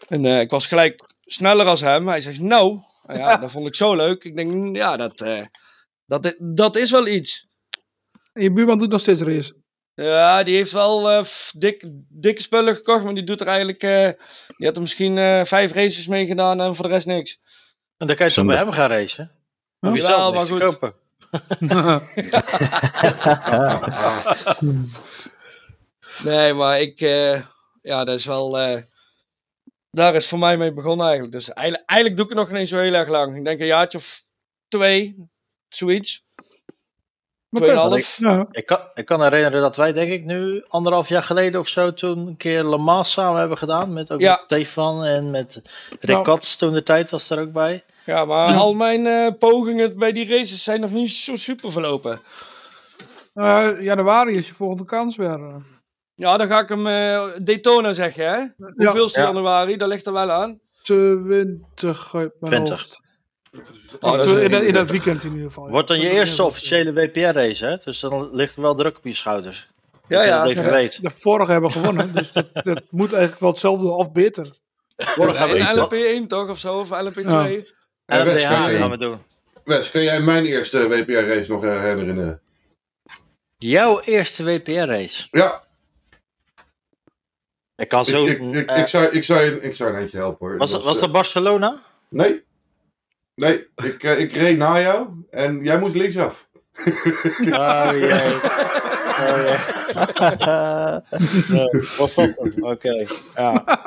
[SPEAKER 8] En eh, ik was gelijk sneller als hem. Hij zegt, nou, nou ja, dat vond ik zo leuk. Ik denk, "Mm, ja, dat, eh, dat, i- dat is wel iets.
[SPEAKER 4] En je buurman doet nog steeds race.
[SPEAKER 8] Ja, die heeft wel eh, f- dik, dikke spullen gekocht, maar die doet er eigenlijk... eh, die had er misschien eh, vijf races mee gedaan en voor de rest niks.
[SPEAKER 6] En dan kan je toch
[SPEAKER 7] Zonde.
[SPEAKER 6] bij hem gaan racen? Hoef je
[SPEAKER 8] Ja,
[SPEAKER 6] zelf
[SPEAKER 8] maar
[SPEAKER 6] niks te
[SPEAKER 8] goed.
[SPEAKER 6] kopen.
[SPEAKER 8] Nee, maar ik, eh, ja, dat is wel. eh, daar is voor mij mee begonnen eigenlijk. Dus eigenlijk, eigenlijk doe ik het nog niet eens zo heel erg lang. Ik denk een jaartje of twee, zoiets.
[SPEAKER 4] Oké.
[SPEAKER 8] Tweeënhalf.
[SPEAKER 4] Ja.
[SPEAKER 6] Ik kan, ik kan herinneren dat wij, denk ik, nu anderhalf jaar geleden of zo. toen een keer Le Mans samen hebben gedaan. Met ook
[SPEAKER 8] Ja.
[SPEAKER 6] met Stefan en met Rick
[SPEAKER 4] Nou.
[SPEAKER 6] Cats toen de tijd was er ook bij.
[SPEAKER 8] Ja, maar al mijn eh, pogingen bij die races zijn nog niet zo super verlopen.
[SPEAKER 4] Eh, januari is je volgende kans weer. eh.
[SPEAKER 8] Ja, dan ga ik hem eh, Daytona zeggen, hè? Hoeveelste
[SPEAKER 6] Ja.
[SPEAKER 8] januari, dat ligt er wel aan.
[SPEAKER 4] 20 uit mijn
[SPEAKER 6] 20.
[SPEAKER 4] hoofd.
[SPEAKER 8] Oh, dat
[SPEAKER 4] Of
[SPEAKER 8] is
[SPEAKER 4] twe-
[SPEAKER 8] een
[SPEAKER 4] in, dat- in dat
[SPEAKER 8] inderdaad.
[SPEAKER 4] weekend in ieder geval. ja.
[SPEAKER 6] Wordt dan je
[SPEAKER 4] 20
[SPEAKER 6] eerste
[SPEAKER 4] januari.
[SPEAKER 6] officiële WPR-race, hè? Dus dan ligt er wel druk op je schouders.
[SPEAKER 8] Ja,
[SPEAKER 6] dat je dat
[SPEAKER 8] ja.
[SPEAKER 6] even
[SPEAKER 4] Ja.
[SPEAKER 6] weet.
[SPEAKER 4] De vorige hebben gewonnen, dus dat, dat moet eigenlijk wel hetzelfde of beter.
[SPEAKER 5] Morgen gaan we
[SPEAKER 8] In
[SPEAKER 5] eten.
[SPEAKER 8] LP1 toch, of zo, of LP2.
[SPEAKER 5] Ja, best
[SPEAKER 6] LMDH
[SPEAKER 5] wel,
[SPEAKER 6] gaan
[SPEAKER 5] ja.
[SPEAKER 6] we doen.
[SPEAKER 5] Wes, kun jij mijn eerste WPR-race nog eh, herinneren?
[SPEAKER 6] Jouw eerste WPR-race.
[SPEAKER 5] Ja,
[SPEAKER 6] Ik kan
[SPEAKER 5] ik,
[SPEAKER 6] zo.
[SPEAKER 5] ik, ik,
[SPEAKER 6] eh,
[SPEAKER 5] ik, zou, ik, zou, je- ik zou een eentje helpen hoor.
[SPEAKER 6] was,
[SPEAKER 5] Dat eh,
[SPEAKER 6] dat- was dat Barcelona?
[SPEAKER 5] Nee. Nee, ik, eh, ik reed na jou en jij moest linksaf.
[SPEAKER 6] Oh jee. Oh,
[SPEAKER 7] Eh,
[SPEAKER 6] jee. Nee, was dat hem? Oké. Ja.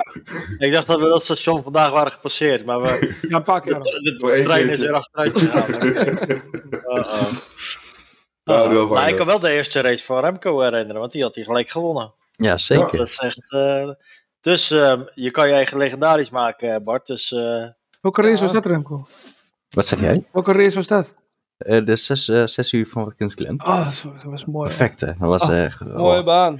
[SPEAKER 6] Ik dacht dat we dat station vandaag waren gepasseerd, maar we,
[SPEAKER 4] Ja, een paar keer.
[SPEAKER 6] de, de
[SPEAKER 5] Voor één
[SPEAKER 6] trein is
[SPEAKER 5] keertje.
[SPEAKER 6] weer achteruit gegaan. Uh-oh.
[SPEAKER 5] Nou, wel
[SPEAKER 6] maar
[SPEAKER 5] fijn,
[SPEAKER 6] ik kan wel de eerste race van Remco herinneren, want die had hij gelijk gewonnen.
[SPEAKER 7] Ja, zeker.
[SPEAKER 6] Dat is echt. eh, dus ehm, je kan je eigen legendarisch maken, eh, Bart. Dus, eh,
[SPEAKER 4] Welke race was dat, Remco?
[SPEAKER 7] Wat zeg jij?
[SPEAKER 4] Welke race was dat?
[SPEAKER 7] Eh, de 6 uur van Kings Glen.
[SPEAKER 4] Oh, dat was, dat was mooi. hè.
[SPEAKER 7] Perfect, hè? Dat was eh,
[SPEAKER 8] Mooie
[SPEAKER 7] oh,
[SPEAKER 8] baan.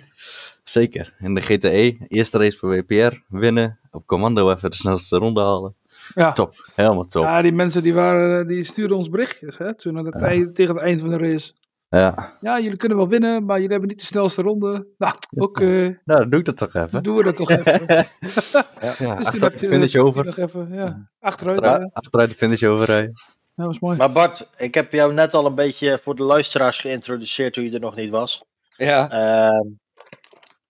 [SPEAKER 7] zeker. In de GTE, eerste race voor WPR, winnen. Op commando even de snelste ronde halen.
[SPEAKER 4] Ja.
[SPEAKER 7] Top, helemaal top. Ja,
[SPEAKER 4] Ja, die mensen die, waren, die stuurden ons berichtjes hè, toen aan het eind- tegen het eind van de race. Ja, jullie kunnen wel winnen, maar jullie hebben niet de snelste ronde. Nou, oké,
[SPEAKER 7] nou dan doe ik dat toch even.
[SPEAKER 4] dan doen we dat toch even.
[SPEAKER 7] Ja,
[SPEAKER 4] Dus toen
[SPEAKER 7] achteruit
[SPEAKER 4] heb
[SPEAKER 7] de
[SPEAKER 4] je-
[SPEAKER 7] finish
[SPEAKER 4] toen
[SPEAKER 7] over.
[SPEAKER 4] nog even, ja. Achteruit, hè.
[SPEAKER 7] Achteruit, achteruit de finish overrijden.
[SPEAKER 4] Ja, was mooi.
[SPEAKER 6] maar Bart, ik heb jou net al een beetje voor de luisteraars geïntroduceerd toen je er nog niet was.
[SPEAKER 8] Ja.
[SPEAKER 6] Ehm,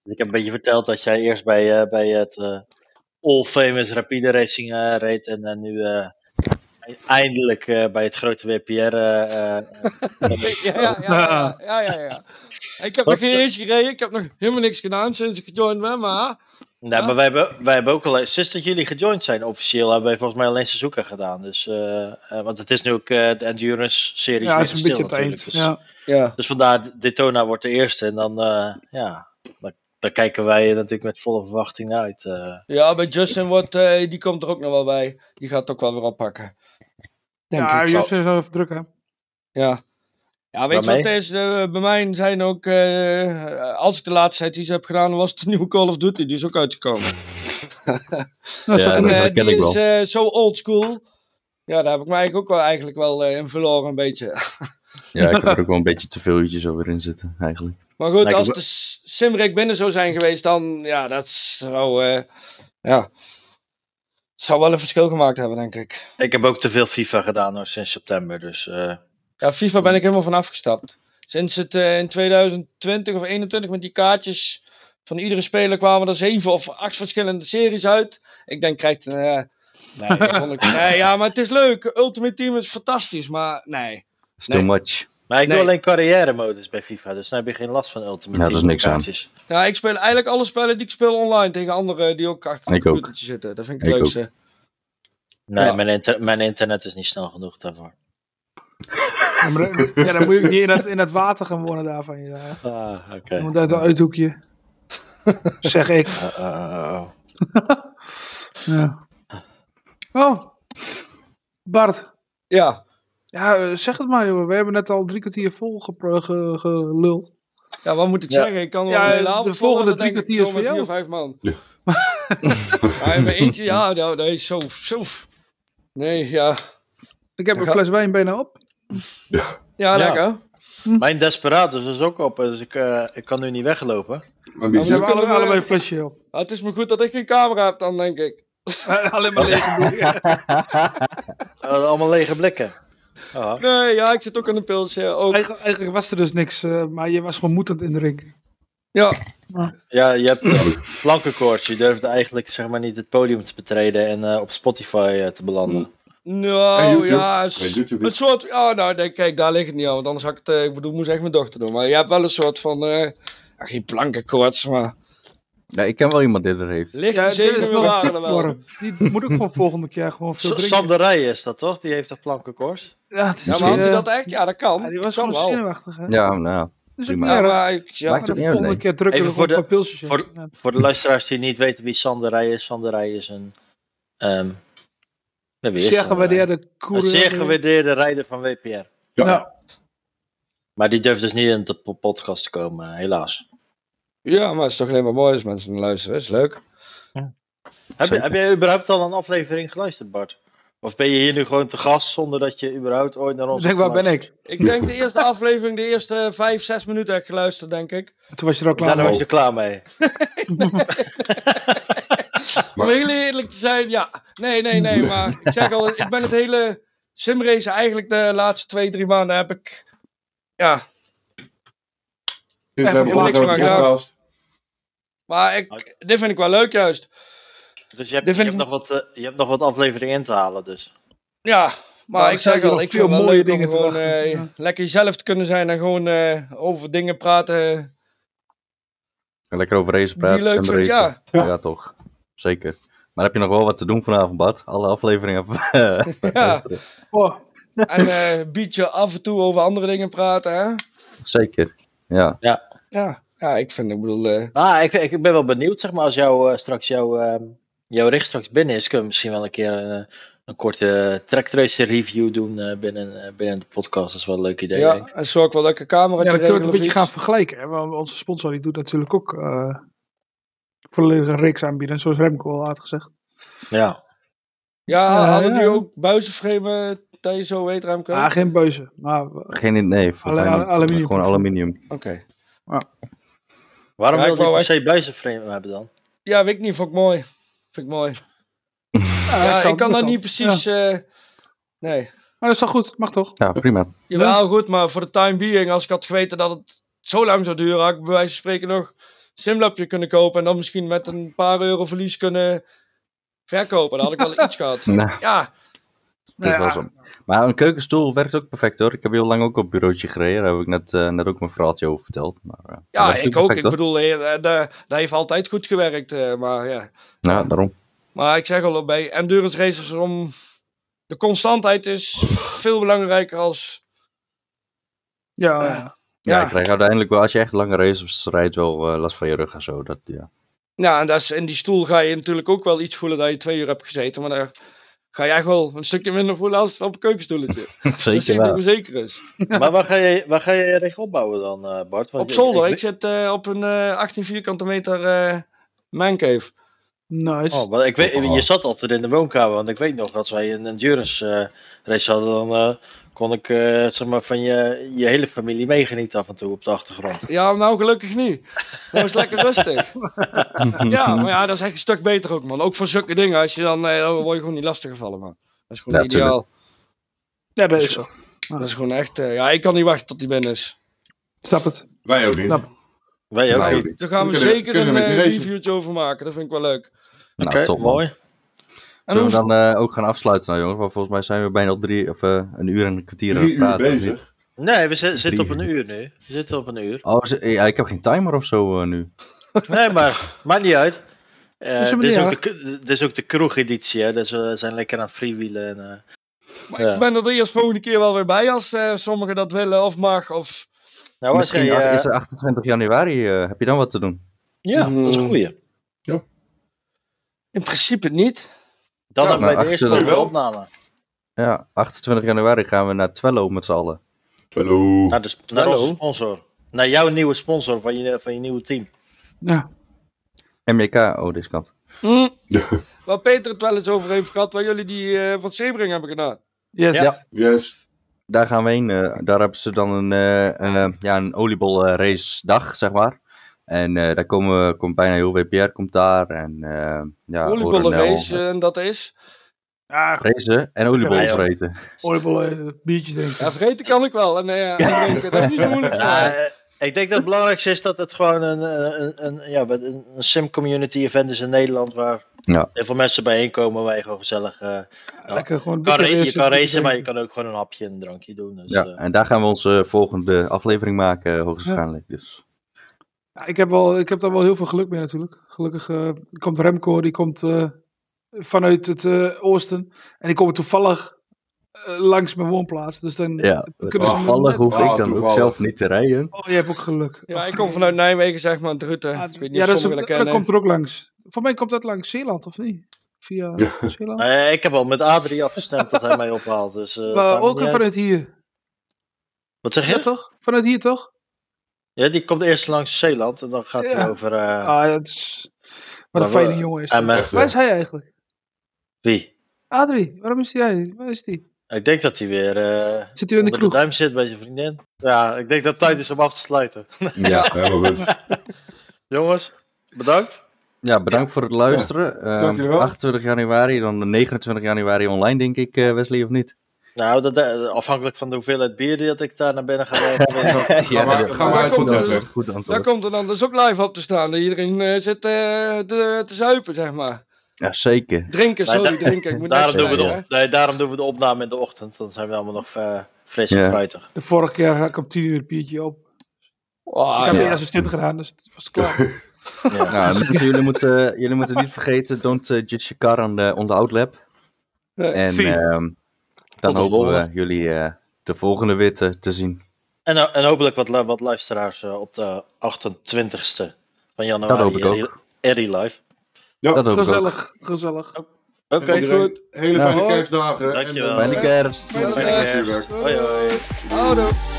[SPEAKER 6] ik heb een beetje verteld dat jij eerst bij, eh, bij het eh, All Famous Rapide Racing eh, reed en eh, nu eh, eindelijk eh, bij het grote WPR. eh, eh,
[SPEAKER 8] Ja, ja, ja, ja, ja, ja. Ik heb nog geen race gereden, ik heb nog helemaal niks gedaan sinds ik gejoind ben, maar...
[SPEAKER 6] nee,
[SPEAKER 8] Ja.
[SPEAKER 6] maar wij hebben, wij hebben ook al, sinds dat jullie gejoind zijn officieel, hebben wij volgens mij alleen Suzuka gedaan. Dus, eh, eh, want het is nu ook eh, de Endurance Series
[SPEAKER 4] Ja,
[SPEAKER 6] weer
[SPEAKER 4] is een beetje
[SPEAKER 6] stil
[SPEAKER 4] op het eind.
[SPEAKER 6] natuurlijk. Dus,
[SPEAKER 4] Ja.
[SPEAKER 8] Ja.
[SPEAKER 6] dus vandaar Daytona wordt de eerste en dan, eh, ja, dan, dan kijken wij er natuurlijk met volle verwachting naar uit. eh.
[SPEAKER 8] Ja, bij Justin wordt, eh, die komt er ook nog wel bij. Die gaat het ook wel weer oppakken. Denk
[SPEAKER 4] Ja,
[SPEAKER 8] ik.
[SPEAKER 4] Justin is wel even druk, hè.
[SPEAKER 8] Ja. Ja, weet je
[SPEAKER 6] Waarmee?
[SPEAKER 8] wat het is? Eh, bij mij zijn ook, eh, als ik de laatste tijd iets heb gedaan, was de nieuwe Call of Duty. Die is ook uitgekomen.
[SPEAKER 4] Nou,
[SPEAKER 7] Ja,
[SPEAKER 4] zo-
[SPEAKER 7] dat-
[SPEAKER 8] En, eh,
[SPEAKER 7] dat ken
[SPEAKER 8] die
[SPEAKER 7] ik wel.
[SPEAKER 8] is eh, zo old school. Ja, daar heb ik me eigenlijk ook wel, eigenlijk wel eh, in verloren een beetje.
[SPEAKER 7] Ja, ik heb er ook wel een beetje te veel uurtjes over in zitten, eigenlijk.
[SPEAKER 8] Maar goed,
[SPEAKER 7] Lijkt
[SPEAKER 8] als
[SPEAKER 7] me
[SPEAKER 8] de s- Simrek binnen zou zijn geweest, dan ja, dat zou, eh, ja, zou wel een verschil gemaakt hebben, denk ik.
[SPEAKER 6] Ik heb ook te veel FIFA gedaan hoor, sinds september. Dus eh,
[SPEAKER 8] Ja, FIFA ben ik helemaal van afgestapt. Sinds het eh, in 2020 of 21 met die kaartjes van iedere speler kwamen er zeven of acht verschillende series uit. Ik denk, krijgt een... eh, nee, dat vond ik- nee, ja, maar het is leuk. Ultimate Team is fantastisch, maar nee.
[SPEAKER 7] It's
[SPEAKER 8] Nee.
[SPEAKER 7] too much.
[SPEAKER 6] Maar ik
[SPEAKER 8] Nee.
[SPEAKER 6] doe alleen carrière modus bij FIFA, dus dan heb je geen last van Ultimate
[SPEAKER 7] Ja,
[SPEAKER 6] Team
[SPEAKER 7] dat is niks aan.
[SPEAKER 6] kaartjes.
[SPEAKER 8] Ja, ik speel eigenlijk alle spellen die ik speel online tegen anderen die ook achter
[SPEAKER 7] Ik
[SPEAKER 8] het
[SPEAKER 7] ook.
[SPEAKER 8] computertje zitten. Dat vind ik het
[SPEAKER 7] Ik ook.
[SPEAKER 8] leukste.
[SPEAKER 6] Nee,
[SPEAKER 8] Ja.
[SPEAKER 6] mijn, inter- mijn internet is niet snel genoeg daarvoor.
[SPEAKER 4] Ja, maar- ja, dan moet je ook niet in het, in het water gaan wonen daarvan. Ja.
[SPEAKER 6] Ah, oké.
[SPEAKER 4] eh. Je moet uit een uithoekje. zeg ik.
[SPEAKER 6] Oh, oh, oh.
[SPEAKER 4] Ja. Oh, Bart.
[SPEAKER 8] Ja,
[SPEAKER 4] Ja, eh, zeg het maar, jongen. We hebben net al drie kwartier vol gepro- ge- geluld.
[SPEAKER 8] ja, wat moet ik
[SPEAKER 6] Ja.
[SPEAKER 8] zeggen? Ik kan wel
[SPEAKER 4] Ja,
[SPEAKER 8] een hele
[SPEAKER 4] de
[SPEAKER 8] avond
[SPEAKER 4] volgende
[SPEAKER 8] volhouden,
[SPEAKER 4] drie
[SPEAKER 8] denk ik,
[SPEAKER 4] kwartier
[SPEAKER 8] zo met
[SPEAKER 4] voor jou.
[SPEAKER 8] vier, vijf man.
[SPEAKER 5] Ja.
[SPEAKER 8] maar in mijn eentje, ja, nou, nee, zo, zo. Nee, ja.
[SPEAKER 4] Ik heb een
[SPEAKER 8] Ja.
[SPEAKER 4] fles wijn bijna op.
[SPEAKER 8] Ja,
[SPEAKER 6] Ja.
[SPEAKER 8] lekker.
[SPEAKER 6] Mijn Desperados is ook op, dus ik, eh, ik kan nu niet weglopen.
[SPEAKER 4] Dus
[SPEAKER 5] Maar
[SPEAKER 4] We hebben
[SPEAKER 5] bizar.
[SPEAKER 8] kunnen
[SPEAKER 4] allebei,
[SPEAKER 8] we-
[SPEAKER 4] allebei een flesje op.
[SPEAKER 8] Ah, het is maar goed dat ik geen camera heb dan, denk ik.
[SPEAKER 4] Alleen maar leeg.
[SPEAKER 6] Eh, allemaal lege blikken. Oh.
[SPEAKER 8] Nee, ja, ik zit ook aan een pilsje. Ook.
[SPEAKER 4] Eigen- eigenlijk was er dus niks, eh, maar je was gewoon moedend in de ring.
[SPEAKER 8] Ja,
[SPEAKER 6] Ja, je hebt eh, plankenkoorts. Je durft eigenlijk zeg maar, niet het podium te betreden en eh, op Spotify eh, te
[SPEAKER 4] Mm.
[SPEAKER 6] belanden.
[SPEAKER 5] En
[SPEAKER 8] nou
[SPEAKER 5] YouTube.
[SPEAKER 8] ja, s-
[SPEAKER 5] Nee, YouTube
[SPEAKER 8] een
[SPEAKER 5] niet.
[SPEAKER 8] soort, ja, nou, nee, kijk, daar ligt het niet aan, want anders had ik het, eh, ik bedoel, moest echt mijn dochter doen. Maar je hebt wel een soort van, eh, ja, geen plankenkoorts, maar
[SPEAKER 7] Ja, ik ken wel iemand die er heeft.
[SPEAKER 8] Ligt
[SPEAKER 4] Ja,
[SPEAKER 8] er
[SPEAKER 4] dit is
[SPEAKER 8] zeker
[SPEAKER 4] nog
[SPEAKER 8] wel
[SPEAKER 4] een tip
[SPEAKER 8] aan eh,
[SPEAKER 4] voor
[SPEAKER 8] wel.
[SPEAKER 4] hem. Die moet ook voor volgende keer gewoon veel drinken.
[SPEAKER 6] Sanderij is dat toch? Die heeft toch plankenkoers?
[SPEAKER 4] Ja, het is
[SPEAKER 8] Ja, maar
[SPEAKER 4] misschien,
[SPEAKER 8] had hij
[SPEAKER 4] eh,
[SPEAKER 8] dat echt? Ja, dat kan.
[SPEAKER 4] ja, die was
[SPEAKER 8] Kan
[SPEAKER 4] gewoon
[SPEAKER 8] wel.
[SPEAKER 4] zenuwachtig. Hè?
[SPEAKER 7] Ja, nou,
[SPEAKER 4] dus ook niet
[SPEAKER 7] prima.
[SPEAKER 8] Ja,
[SPEAKER 4] erg. Maar
[SPEAKER 8] maar ik, ja,
[SPEAKER 7] Maakt
[SPEAKER 4] de
[SPEAKER 7] het niet uit,
[SPEAKER 4] volgende
[SPEAKER 7] nee.
[SPEAKER 4] keer drukken we gewoon
[SPEAKER 6] Even voor
[SPEAKER 4] een
[SPEAKER 6] de-
[SPEAKER 4] paar pilsjes in.
[SPEAKER 6] voor-
[SPEAKER 4] Ja.
[SPEAKER 6] Voor de luisteraars die niet weten wie Sanderij is, Sanderij is een. ehm nou, wie
[SPEAKER 4] Zeer
[SPEAKER 6] is Sanderij?
[SPEAKER 4] gewaardeerde
[SPEAKER 6] Een
[SPEAKER 4] coureur.
[SPEAKER 6] zeer gewaardeerde rijder van WPR.
[SPEAKER 5] Ja.
[SPEAKER 4] Nou,
[SPEAKER 6] Maar die durft dus niet in de po- podcast te komen, helaas.
[SPEAKER 8] Ja, maar het is toch alleen maar mooi als mensen naar luisteren. is leuk.
[SPEAKER 6] Heb, je-
[SPEAKER 7] Zeker.
[SPEAKER 6] heb jij überhaupt al een aflevering geluisterd, Bart? Of ben je hier nu gewoon te gast zonder dat je überhaupt ooit naar ons
[SPEAKER 4] denk, waar ben
[SPEAKER 6] geluisterd
[SPEAKER 4] ik?
[SPEAKER 8] Ik denk de eerste aflevering, de eerste vijf, zes minuten heb ik geluisterd, denk ik.
[SPEAKER 4] Toen was je er al klaar
[SPEAKER 6] Daar
[SPEAKER 4] mee.
[SPEAKER 6] was je klaar mee.
[SPEAKER 7] Maar-
[SPEAKER 8] Om heel eerlijk te zijn, ja. Nee, nee, nee, maar ik zeg al, ik ben het hele simrace eigenlijk de laatste twee, drie maanden heb ik... Ja,
[SPEAKER 5] Sinds
[SPEAKER 4] Even
[SPEAKER 5] wij begonnen
[SPEAKER 8] niks
[SPEAKER 5] met de
[SPEAKER 8] maken.
[SPEAKER 5] podcast.
[SPEAKER 8] maar ik, dit vind ik wel leuk juist.
[SPEAKER 6] Dus je hebt,
[SPEAKER 8] Dit
[SPEAKER 6] je
[SPEAKER 8] vind
[SPEAKER 6] hebt, nog,
[SPEAKER 8] ik-
[SPEAKER 6] wat, eh, je hebt nog wat afleveringen in te halen, dus.
[SPEAKER 8] Ja, maar
[SPEAKER 4] Nou,
[SPEAKER 8] ik
[SPEAKER 4] er staan
[SPEAKER 8] zeg
[SPEAKER 4] hier
[SPEAKER 8] al,
[SPEAKER 4] nog
[SPEAKER 8] ik
[SPEAKER 4] veel
[SPEAKER 8] vind het wel
[SPEAKER 4] mooie
[SPEAKER 8] leuk om
[SPEAKER 4] dingen te
[SPEAKER 8] gewoon
[SPEAKER 4] wachten.
[SPEAKER 8] eh,
[SPEAKER 4] Ja.
[SPEAKER 8] lekker jezelf te kunnen zijn en gewoon eh, over dingen praten
[SPEAKER 7] lekker over race
[SPEAKER 8] die je
[SPEAKER 7] praten.
[SPEAKER 8] leuk
[SPEAKER 7] Sam
[SPEAKER 8] vindt.
[SPEAKER 7] racen.
[SPEAKER 8] Ja,
[SPEAKER 7] Ja. toch. Zeker. Maar heb je nog wel wat te doen vanavond, Bart? Alle afleveringen.
[SPEAKER 8] ja.
[SPEAKER 4] Oh,
[SPEAKER 8] en eh beetje af en toe over andere dingen praten, hè.
[SPEAKER 7] Zeker. Ja.
[SPEAKER 8] Ja, ja ik vind, ik bedoel... eh,
[SPEAKER 6] Ah, ik, ik ben wel benieuwd, zeg maar, als jou, eh, straks jouw ehm, jouw richt straks binnen is, kunnen we misschien wel een keer een, eh, een korte trackrace review doen eh, binnen, eh, binnen de podcast. Dat is wel een leuk idee,
[SPEAKER 8] ja,
[SPEAKER 6] denk ik.
[SPEAKER 8] en zorg wel dat ik een camera
[SPEAKER 4] ja, dan
[SPEAKER 8] te
[SPEAKER 4] kunnen we het
[SPEAKER 8] regelen
[SPEAKER 4] een
[SPEAKER 8] of
[SPEAKER 4] beetje
[SPEAKER 8] iets.
[SPEAKER 4] gaan vergelijken. Hè? Want onze sponsor die doet natuurlijk ook eh volledige reeks aanbieden. Zoals Remco al had gezegd.
[SPEAKER 6] Ja.
[SPEAKER 8] Ja,
[SPEAKER 4] Ja,
[SPEAKER 8] hadden
[SPEAKER 4] ja.
[SPEAKER 8] die ook buizenframen dat je zo weet, Remco?
[SPEAKER 4] Ah, geen beuzen. Maar eh, we-
[SPEAKER 7] Geen idee. Nee, volgens mij
[SPEAKER 4] Alle-
[SPEAKER 7] niet.
[SPEAKER 4] aluminium.
[SPEAKER 7] Gewoon aluminium.
[SPEAKER 8] Oké.
[SPEAKER 6] Waarom
[SPEAKER 8] Ja,
[SPEAKER 6] wil
[SPEAKER 8] ik
[SPEAKER 6] je
[SPEAKER 8] wou
[SPEAKER 6] per
[SPEAKER 8] echt-
[SPEAKER 6] se bij zijn frame hebben dan?
[SPEAKER 8] Ja, weet ik niet, vond ik mooi. Vind ik mooi.
[SPEAKER 4] ja,
[SPEAKER 8] Ja, ik kan
[SPEAKER 4] dat
[SPEAKER 8] dat niet precies... eh, nee.
[SPEAKER 4] Maar dat is toch goed? Mag toch?
[SPEAKER 7] Ja, prima.
[SPEAKER 8] Jawel, goed, maar voor de time being, als ik had geweten dat het zo lang zou duren, had ik bij wijze van spreken nog een simlapje kunnen kopen en dan misschien met een paar euro verlies kunnen verkopen. Dan had ik wel iets gehad.
[SPEAKER 7] Nou,
[SPEAKER 8] Ja,
[SPEAKER 7] het is
[SPEAKER 4] Nou ja.
[SPEAKER 7] wel zo. Maar een keukenstoel werkt ook perfect hoor. Ik heb heel lang ook op bureautje gereden. Daar heb ik net, eh, net ook mijn verhaaltje over verteld. Maar, eh, dat
[SPEAKER 8] ja
[SPEAKER 7] werkt
[SPEAKER 8] ik ook.
[SPEAKER 7] perfect,
[SPEAKER 8] Ik
[SPEAKER 7] hoor.
[SPEAKER 8] bedoel, eh, eh, de- dat heeft altijd goed gewerkt. eh, Maar ja,
[SPEAKER 7] Ja, daarom.
[SPEAKER 8] maar ik zeg al, bij endurance racers om... De constantheid is veel belangrijker als...
[SPEAKER 4] Ja, ja.
[SPEAKER 7] Ja,
[SPEAKER 8] Ja.
[SPEAKER 7] ik krijg uiteindelijk wel, als je echt lange races rijdt, wel eh, last van je rug en zo. Dat, ja.
[SPEAKER 8] Ja, en dat is, in die stoel ga je natuurlijk ook wel iets voelen dat je twee uur hebt gezeten. Maar daar ga je echt wel een stukje minder voelen als op een keukenstoeletje. Dat
[SPEAKER 7] Zeker
[SPEAKER 8] zie ik nog
[SPEAKER 7] wel.
[SPEAKER 8] wel zeker is.
[SPEAKER 6] Maar waar ga je waar ga je je richt opbouwen dan, eh, Bart? Want
[SPEAKER 8] Op
[SPEAKER 6] ik-
[SPEAKER 8] zolder. Ik,
[SPEAKER 6] ik-
[SPEAKER 8] zit eh, op een eh, 18 vierkante meter eh mancave. Dus
[SPEAKER 4] Nice.
[SPEAKER 6] Oh, maar ik weet, je zat altijd in de woonkamer, want ik weet nog, als wij een endurance eh, race hadden, dan eh, kon ik eh, zeg maar van je, je hele familie meegenieten af en toe op de achtergrond.
[SPEAKER 8] Ja, nou gelukkig niet. Nou is het lekker rustig. Ja, maar ja, dat is echt een stuk beter ook, man. Ook voor zulke dingen. Als je dan, eh, dan word je gewoon niet lastiggevallen, man. Dat is gewoon
[SPEAKER 7] Ja, tuurlijk.
[SPEAKER 8] ideaal.
[SPEAKER 4] Ja, dat is zo.
[SPEAKER 8] Dus Dat is gewoon echt... eh, ja, ik kan niet wachten tot die binnen is.
[SPEAKER 4] Snap het.
[SPEAKER 5] Wij ook niet.
[SPEAKER 4] Nou,
[SPEAKER 6] Wij ook.
[SPEAKER 7] Nou,
[SPEAKER 6] niet.
[SPEAKER 7] niet.
[SPEAKER 8] Daar gaan we,
[SPEAKER 5] Kunnen we-
[SPEAKER 8] zeker
[SPEAKER 5] kunnen
[SPEAKER 8] een
[SPEAKER 5] we met je
[SPEAKER 8] eh,
[SPEAKER 5] racen?
[SPEAKER 8] reviewtje over maken. Dat vind ik wel leuk.
[SPEAKER 7] Nou,
[SPEAKER 6] Oké,
[SPEAKER 7] top, man.
[SPEAKER 6] mooi.
[SPEAKER 8] En
[SPEAKER 7] Zullen
[SPEAKER 8] hoe...
[SPEAKER 7] we dan eh, ook gaan afsluiten nou jongens? Want volgens mij zijn we bijna al drie, of eh, een uur en een kwartier aan
[SPEAKER 5] Drie
[SPEAKER 7] het
[SPEAKER 5] uur
[SPEAKER 7] praten. of niet?
[SPEAKER 5] bezig.
[SPEAKER 6] Nee, we zi- zitten op
[SPEAKER 7] Drie.
[SPEAKER 6] een uur nu. We zitten op een uur.
[SPEAKER 7] Oh, ze- ja, ik heb geen timer of zo eh, nu.
[SPEAKER 6] Nee, maar maakt niet uit. Eh,
[SPEAKER 8] Dus
[SPEAKER 4] Is er
[SPEAKER 6] dit, is
[SPEAKER 4] niet
[SPEAKER 6] ook de, k- dit is ook de kroegeditie, hè? dus we zijn lekker aan het freewheelen. En, eh,
[SPEAKER 8] Maar
[SPEAKER 6] Ja.
[SPEAKER 8] Ik ben er de eerst volgende keer wel weer bij als eh, sommigen dat willen of mag. Of...
[SPEAKER 6] Nou, als
[SPEAKER 7] Misschien
[SPEAKER 6] jij,
[SPEAKER 7] ah,
[SPEAKER 6] eh,
[SPEAKER 7] is er 28 januari, eh, heb je dan wat te doen?
[SPEAKER 6] Ja, dat is een goeie.
[SPEAKER 8] In principe niet.
[SPEAKER 6] Dan
[SPEAKER 5] Ja,
[SPEAKER 6] hebben
[SPEAKER 7] nou,
[SPEAKER 6] wij de eerste
[SPEAKER 7] achter-
[SPEAKER 6] volgende opname.
[SPEAKER 7] Ja, 28 januari gaan we naar Twello met z'n allen.
[SPEAKER 5] Hallo.
[SPEAKER 7] Nou,
[SPEAKER 6] Naar, de,
[SPEAKER 7] dus-
[SPEAKER 6] sp- naar
[SPEAKER 8] Hallo.
[SPEAKER 6] onze sponsor. Naar jouw nieuwe sponsor van je, van je nieuwe team.
[SPEAKER 4] Ja.
[SPEAKER 7] MJK, oh, deze kant.
[SPEAKER 8] Hm.
[SPEAKER 5] Ja.
[SPEAKER 8] Waar Peter het wel eens over heeft gehad, waar jullie die eh, van Sebring hebben gedaan.
[SPEAKER 4] Yes.
[SPEAKER 6] Ja.
[SPEAKER 5] Yes.
[SPEAKER 7] Daar gaan we heen. eh, daar hebben ze dan een, eh, eh, ja, een oliebol eh, race dag, zeg maar. En eh, daar komen, we- komt bijna heel WPR komt daar. En eh ja,
[SPEAKER 8] Oliebollen
[SPEAKER 5] nou.
[SPEAKER 7] Orenel.
[SPEAKER 8] race, eh, en dat is.
[SPEAKER 4] Ja, goed.
[SPEAKER 7] Racen en oliebollen
[SPEAKER 6] Ja, joh.
[SPEAKER 7] vreten.
[SPEAKER 4] Oliebollen, biertjes drinken.
[SPEAKER 8] Ja, vergeten kan ik wel. En, eh, aandrinken, dat is niet moeilijk. voor mij.
[SPEAKER 6] Ja, eh, ik denk dat het belangrijkste is dat het gewoon een, eh, een, een, ja, wat een, een sim-community event is in Nederland. Waar
[SPEAKER 7] Ja.
[SPEAKER 6] heel veel mensen bijeen komen. Waar je gewoon gezellig eh,
[SPEAKER 4] Lekker gewoon.
[SPEAKER 6] kan ra-
[SPEAKER 4] bier
[SPEAKER 6] je
[SPEAKER 4] racen,
[SPEAKER 6] kan
[SPEAKER 4] bier
[SPEAKER 6] racen, maar je
[SPEAKER 4] drinken.
[SPEAKER 6] kan ook gewoon een hapje en een drankje doen. Dus,
[SPEAKER 7] Ja,
[SPEAKER 6] eh,
[SPEAKER 7] en daar gaan we onze volgende aflevering maken, eh, hoogstwaarschijnlijk. Dus
[SPEAKER 4] Ja, ik, heb wel, ik heb daar wel heel veel geluk mee natuurlijk. Gelukkig eh, komt Remco, die komt eh, vanuit het eh, oosten. En die komen toevallig eh, langs mijn woonplaats. Dus dan,
[SPEAKER 7] Ja,
[SPEAKER 4] Kunnen ze
[SPEAKER 7] toevallig
[SPEAKER 4] me net-
[SPEAKER 7] hoef ik
[SPEAKER 5] Ah,
[SPEAKER 7] dan ook
[SPEAKER 5] toevallig.
[SPEAKER 7] zelf niet te rijden.
[SPEAKER 4] oh, je hebt ook geluk.
[SPEAKER 8] Ja, ik kom vanuit Nijmegen, zeg maar, Druten.
[SPEAKER 4] Ah,
[SPEAKER 8] ik weet niet
[SPEAKER 4] ja,
[SPEAKER 8] of
[SPEAKER 4] dat, is,
[SPEAKER 8] sommigen
[SPEAKER 4] ook-
[SPEAKER 8] dat
[SPEAKER 4] dat
[SPEAKER 8] kennen.
[SPEAKER 4] komt er ook langs. Voor mij komt dat langs Zeeland, of niet? Via
[SPEAKER 5] Ja.
[SPEAKER 4] Zeeland?
[SPEAKER 6] Nou ja, ik heb al met Adrie afgestemd dat hij mij ophaalt. Dus, eh,
[SPEAKER 4] maar
[SPEAKER 6] maakt me
[SPEAKER 4] ook
[SPEAKER 6] niet uit.
[SPEAKER 4] vanuit hier.
[SPEAKER 6] Wat zeg
[SPEAKER 4] Ja,
[SPEAKER 6] je?
[SPEAKER 4] toch? Vanuit hier, toch?
[SPEAKER 6] Ja, die komt eerst langs Zeeland en dan gaat hij
[SPEAKER 4] Ja.
[SPEAKER 6] over... eh,
[SPEAKER 4] Ah, ja, het is... Wat een
[SPEAKER 6] Maar we-
[SPEAKER 4] fijne jongen is
[SPEAKER 6] en
[SPEAKER 4] dat.
[SPEAKER 6] mijn-
[SPEAKER 5] Echt,
[SPEAKER 4] Waar
[SPEAKER 5] eh,
[SPEAKER 4] is hij eigenlijk?
[SPEAKER 6] Wie?
[SPEAKER 4] Adrie, waarom is hij? Waar is die?
[SPEAKER 6] Ik denk dat hij weer eh
[SPEAKER 4] Zit hij in de
[SPEAKER 6] onder de
[SPEAKER 4] kroeg?
[SPEAKER 6] duim zit bij zijn vriendin. Ja, ik denk dat het tijd is om af te sluiten.
[SPEAKER 7] Ja,
[SPEAKER 5] Helemaal goed.
[SPEAKER 6] Jongens, bedankt.
[SPEAKER 7] ja bedankt voor het luisteren. Ehm,
[SPEAKER 5] Dankjewel.
[SPEAKER 7] 28 januari, dan 29 januari online, denk ik, eh, Wesley, of niet?
[SPEAKER 6] Nou, dat, eh, afhankelijk van de hoeveelheid bier die dat ik daar naar binnen ga rijden.
[SPEAKER 7] ja,
[SPEAKER 5] maar-
[SPEAKER 7] dat-
[SPEAKER 5] ga maar
[SPEAKER 7] dat-
[SPEAKER 5] uit van
[SPEAKER 7] dat-
[SPEAKER 5] dat,
[SPEAKER 7] dat-
[SPEAKER 5] hè.
[SPEAKER 7] goed
[SPEAKER 8] Daar
[SPEAKER 7] antwoord.
[SPEAKER 8] komt er dan dus ook live op te staan. Dat iedereen eh, zit eh, te, te zuipen, zeg maar.
[SPEAKER 7] Ja, zeker.
[SPEAKER 8] Drinken,
[SPEAKER 6] Nee,
[SPEAKER 8] sorry,
[SPEAKER 6] da-
[SPEAKER 8] drinken. Ik moet
[SPEAKER 6] daarom,
[SPEAKER 8] niks
[SPEAKER 6] doen we de,
[SPEAKER 8] zeggen,
[SPEAKER 6] op- nee, daarom doen we de opname in de ochtend. Dan zijn we allemaal nog eh, fris en
[SPEAKER 7] Ja.
[SPEAKER 6] fruitig.
[SPEAKER 4] De vorige keer had ik om tien uur het biertje op. ik
[SPEAKER 8] Ah,
[SPEAKER 4] heb
[SPEAKER 7] Ah, ja.
[SPEAKER 4] de eerste stint gedaan, dus het was klaar.
[SPEAKER 6] Ja.
[SPEAKER 7] Nou, mensen, jullie, moeten, jullie moeten niet vergeten, don't eh, judge your car on the, on the outlap.
[SPEAKER 8] Nee,
[SPEAKER 7] en
[SPEAKER 4] zie.
[SPEAKER 7] ehm, dan
[SPEAKER 6] de
[SPEAKER 7] hopen we
[SPEAKER 6] volgende.
[SPEAKER 7] jullie eh, de volgende weer te, te zien.
[SPEAKER 6] En, ho- en hopelijk wat, lu- wat luisteraars eh, op de 28e van januari.
[SPEAKER 7] Dat hoop ik
[SPEAKER 6] in Re-
[SPEAKER 7] ook.
[SPEAKER 6] in Re live.
[SPEAKER 5] Ja,
[SPEAKER 7] Dat hoop ik ook.
[SPEAKER 4] gezellig, gezellig.
[SPEAKER 6] Oké,
[SPEAKER 5] Iedereen,
[SPEAKER 6] goed.
[SPEAKER 5] Hele
[SPEAKER 7] Nou,
[SPEAKER 5] fijne
[SPEAKER 4] hoi.
[SPEAKER 5] kerstdagen. en,
[SPEAKER 6] Dankjewel.
[SPEAKER 5] eh,
[SPEAKER 7] Fijne kerst.
[SPEAKER 8] Fijne
[SPEAKER 5] fijne
[SPEAKER 8] kerst.
[SPEAKER 5] kerstdagen.
[SPEAKER 6] Hoi hoi.
[SPEAKER 8] Houdoe.